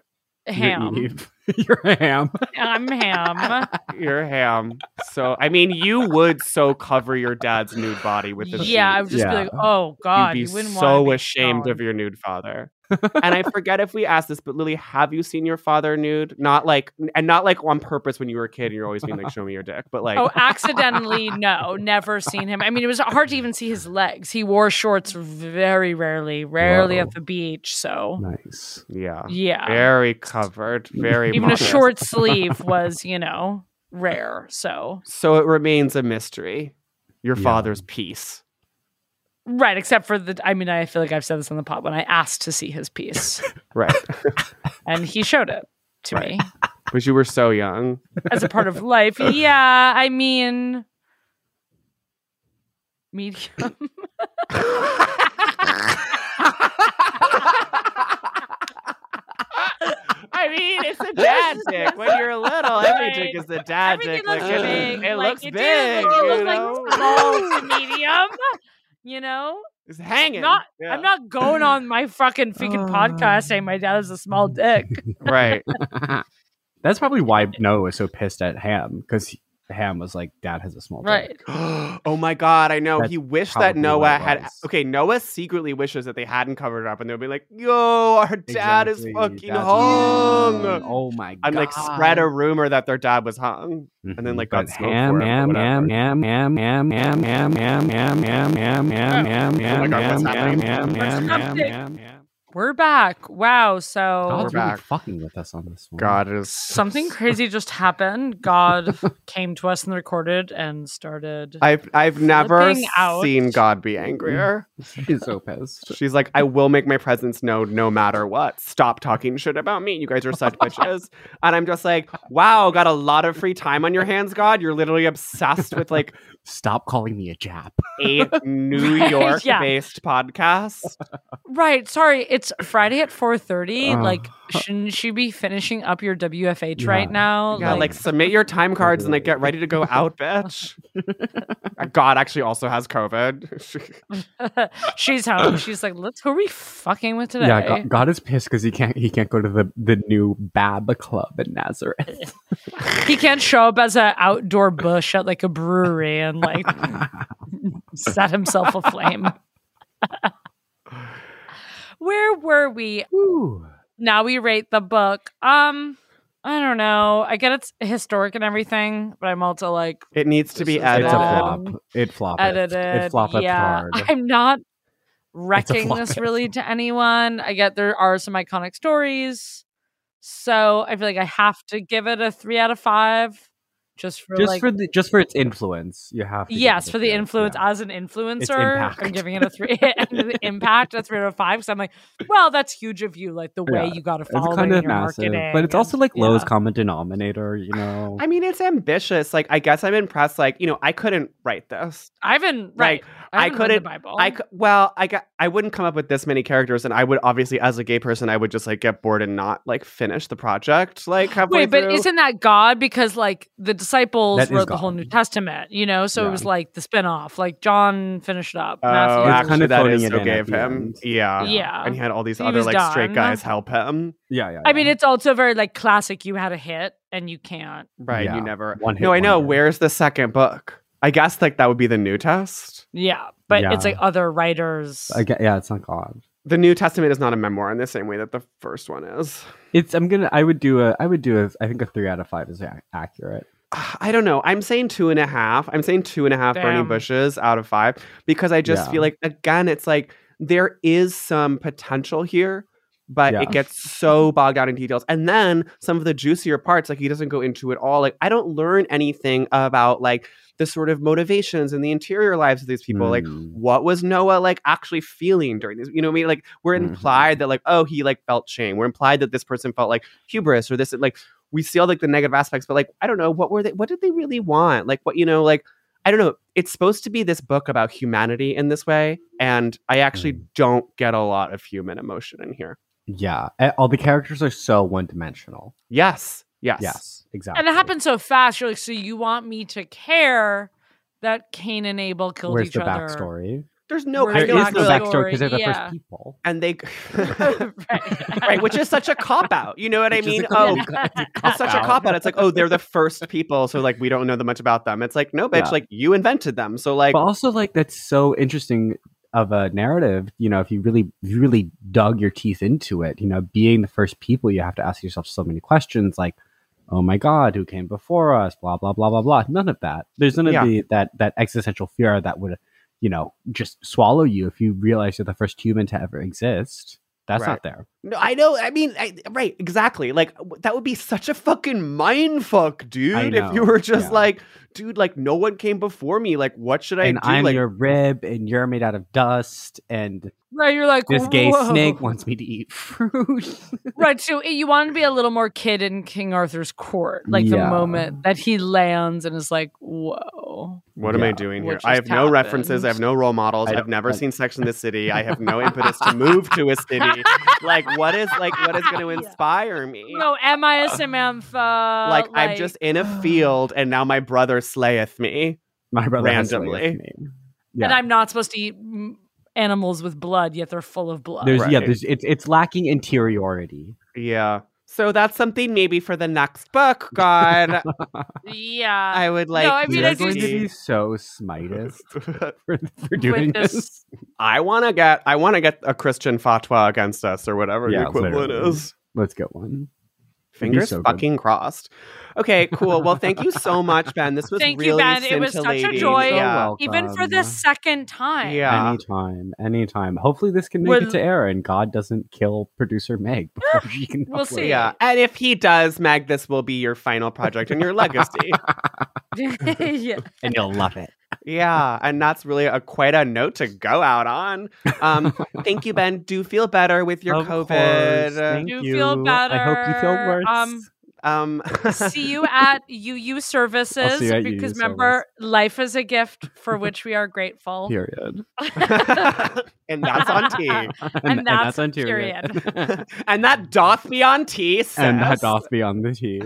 ham.
You're Eve. <laughs> You're a ham.
I'm
<laughs>
ham.
You're ham. So I mean you would so cover your dad's nude body with the
yeah, I
sheet.
would just be like, oh god,
you'd
you
be
wouldn't
so
want.
ashamed of your nude <laughs> father. and I forget if we asked this, but Lily, have you seen your father nude? Not like, and not like on purpose when you were a kid and you're always being like, "Show me your dick," but like,
oh,
<laughs>
accidentally, no, never seen him. I mean, it was hard to even see his legs. He wore shorts very rarely, rarely
Whoa.
at the beach. So
nice, <laughs>
yeah,
Yeah.
very covered, very
even a
modest.
short sleeve was, you know, rare. So
So it remains a mystery. Your father's piece.
right, except for the. I mean, I feel like I've said this on the pod when I asked to see his piece,
<laughs> right?
<laughs> and he showed it to me
But you were so young.
as a part of life. Yeah, I mean, medium.
I mean, it's a dad dick. When you're little, every dick is a dad dick. Like,
looks
it-
big.
It
Like,
looks
it
big.
did look- it
you
looked like
know?
small to medium. You know,
it's hanging.
Not,
Yeah.
<laughs>
I'm not going on my fucking freaking podcast saying my dad is a small dick.
right.
That's probably why Noah was so pissed at ham because ham was like, "Dad has a small dick."
Right.
<laughs> oh my god, I know.
That's
he wished that
probably what
Noah
it
had
was.
okay, Noah secretly wishes that they hadn't covered it up and they'll be like, yo, our dad is
Exactly,
fucking
dad's
hung.
hung. Oh my
And like spread a rumor that their dad was hung. And then like got
Mm-hmm. But
smoked
ham,
for it,
ham,
whatever.
ham, ham, ham, ham, ham, ham, ham, ham, ham, ham, ham, ham, ham,
Oh my God, what's
ham,
happening?
ham, ham, ham, ham,
What's
ham,
happening?
ham, ham.
We're back. Wow. So
God's really fucking with us on this one.
Oh,
<laughs>
God is <laughs>
<laughs> something crazy just happened. God came to us and recorded and started.
I've I've never
flipping out.
seen God be angrier.
She's so pissed.
She's like, I will make my presence known no matter what. Stop talking shit about me. You guys are such
<laughs>
bitches. And I'm just like, wow, got a lot of free time on your hands, God. You're literally obsessed with like
Stop calling me a Jap.
a New
<laughs> Right,
York
yeah.
based
<laughs>
podcast.
Right. Sorry. It's Friday at four thirty.
Ugh.
like, shouldn't she be finishing up your WFH right
Uh, Yeah.
now?
Yeah, like, submit your time cards and like get ready to go
<laughs>
out, bitch. Uh, God actually also has COVID. <laughs> uh, <coughs>
she's home. She's like, let's who are we fucking with today?
<laughs> Yeah, God, God is pissed because he can't he can't go to the the new Bab Club in <laughs> Nazareth.
He can't show up as an outdoor bush at like a brewery
<laughs>
and like set himself aflame. <laughs> Where were we? Now we rate the book. Um, I don't know. I get it's historic and everything, but I'm also like
It needs to be
This is bad.
edited.
It's a flop. It flop.
edited.
It flop up
yeah, <laughs>
hard.
I'm not wrecking
flop
this
it.
really to anyone. I get there are some iconic stories, so I feel like I have to give it a three out of five, just for
Just
like
for the just for its influence, you have. To give
yes
it a
for the
three.
influence as an influencer
impact.
i'm giving it a three <laughs> and the impact a three out of five because i'm like well that's huge of you like the way
Yeah,
you got to
It's
follow
kind
your
of massive,
marketing
but it's also like
yeah.
lowest common denominator. You know,
I mean, it's ambitious. Like, I guess I'm impressed. Like, you know, I couldn't write this.
i haven't right Oh.
Like, I,
haven't read the
couldn't.
bible
I cou- well, I got. I wouldn't come up with this many characters, and I would obviously, as a gay person, I would just like get bored and not like finish the project. Like, halfway
<gasps> wait but
through.
isn't that god because like the disciples
That is
wrote the whole new testament you know so it
Yeah.
was like the spin-off like john finished up
Oh,
Matthew-
It's kind
actually,
of
that
phoning
is
it
who
in at
gave
the
him.
end.
Yeah.
Yeah.
And he had all these
He
other
was
like straight
done.
guys help him.
yeah, yeah.
i mean it's also very like classic you had a hit and you can't
Right.
Yeah.
You never.
One hit
no, I know.
wonder.
Where's the second book? I guess like that would be the New Test.
yeah but it's
Yeah.
like other writers
I get- yeah, it's not God.
The New Testament is not a memoir in the same way that the first one is. <sighs>
It's I'm gonna I would do a I would do a I think a three out of five is ac- accurate.
I don't know. I'm saying two and a half. I'm saying two and a half
Damn.
burning bushes out of five because I just
Yeah.
feel like again, it's like there is some potential here, but
Yeah.
it gets so bogged down in details. And then some of the juicier parts, like he doesn't go into at all. Like I don't learn anything about like the sort of motivations and the interior lives of these people. Like
Mm.
what was Noah like actually feeling during this? You know what I mean? Like we're
Mhm.
implied that like oh he like felt shame. We're implied that this person felt like hubris or this like we see all like the negative aspects, but like I don't know what were they? What did they really want? Like what you know like I don't know. It's supposed to be this book about humanity in this way, and I actually don't get a lot of human emotion in here.
yeah, A- all the characters are so one dimensional.
Yes, yes,
Yes, exactly.
And it happened so fast. You're like, so you want me to care that Cain and Abel killed
Where's
each
the
other?
backstory?
There's no,
Where's
I
There
the
know,
is no
actually,
backstory?
backstory because they're the
yeah.
first people.
and
<laughs>
they <laughs>
<laughs> right.
right, which is such a cop out. You know what I
Which is
mean?
a
Oh,
complete
<laughs>
co-
<laughs>
it's
it's such a cop out. It's like, oh, they're the first people, so like we don't know that much about them. It's like, no, bitch,
Yeah.
like you invented them, so like,
but also like that's so interesting of a narrative you know if you really if you really dug your teeth into it you know being the first people you have to ask yourself so many questions like oh my god who came before us blah blah blah blah blah none of that there's none of
Yeah.
the that that existential fear that would you know just swallow you if you realize you're the first human to ever exist that's
Right.
not there
no, I know. I mean, I, right, exactly. Like w- that would be such a fucking mind fuck, dude. If you
know,
were just
yeah.
like, dude, like no one came before me. Like, what should I
and
do?
i'm
like,
your rib and you're made out of dust and
Right. You're like,
this gay
Whoa.
snake wants me to eat <laughs> fruit
right. So it- you want to be a little more kid in King Arthur's court. Like the
Yeah.
moment that he lands and is like, whoa.
What am
Yeah.
I doing
What
here? I have
just
no references. I have
happened?
no role models.
I
I've
don't-
never
I-
seen Sex in the City. I have
<laughs>
no impetus to move to a city. Like, what is like what is
<laughs>
going to inspire me?
No, am I
Uh,
a Samantha?
like, I'm just in a field, and now my brother slayeth me.
my brother has to leave
Randomly.
me.
And I'm not supposed to eat mm, animals with blood, yet they're full of blood.
There's yeah,
Right.
there's it's it's lacking interiority.
Yeah. So that's something maybe for the next book. <laughs> God,
yeah.
I would like.
I mean,
You're
I
to
do
going to
see-
be
<laughs>
so
<laughs>
smitest for, for doing
Witness-
this.
I want to get. I want to get a Christian fatwa against us or whatever
Yeah,
the equivalent
literally.
is.
Let's get one.
Fingers
so good.
fucking crossed. Okay, cool. Well, thank you so much, Ben. This was
Thank
really
you, Ben. It was such a
scintillating.
joy, Oh,
Yeah.
even for the second time.
Yeah.
Anytime, anytime. Hopefully, this can make
We're-
it to air, and God doesn't kill producer Meg <laughs> before she can. upload it.
Yeah, and if he does, Meg, this will be your final project and your legacy.
<laughs>
<laughs>
yeah.
and you'll love it.
yeah, and that's really a quite a note to go out on. Um,
<laughs>
thank you, Ben. Do feel better with your
Of course.
COVID. uh,
Thank Do feel you. I hope you feel better. worse.
Um,
<laughs>
<laughs>
Um, <laughs>
see you at UU services
I'll see you at UU
because
service.
remember, life is a gift for which we are grateful. <laughs>
<laughs> Period.
and that's on T.
<laughs>
And-
and that's on period.
<laughs> and that doth be on T. Says.
And that off beyond the
<laughs>
tea.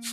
It's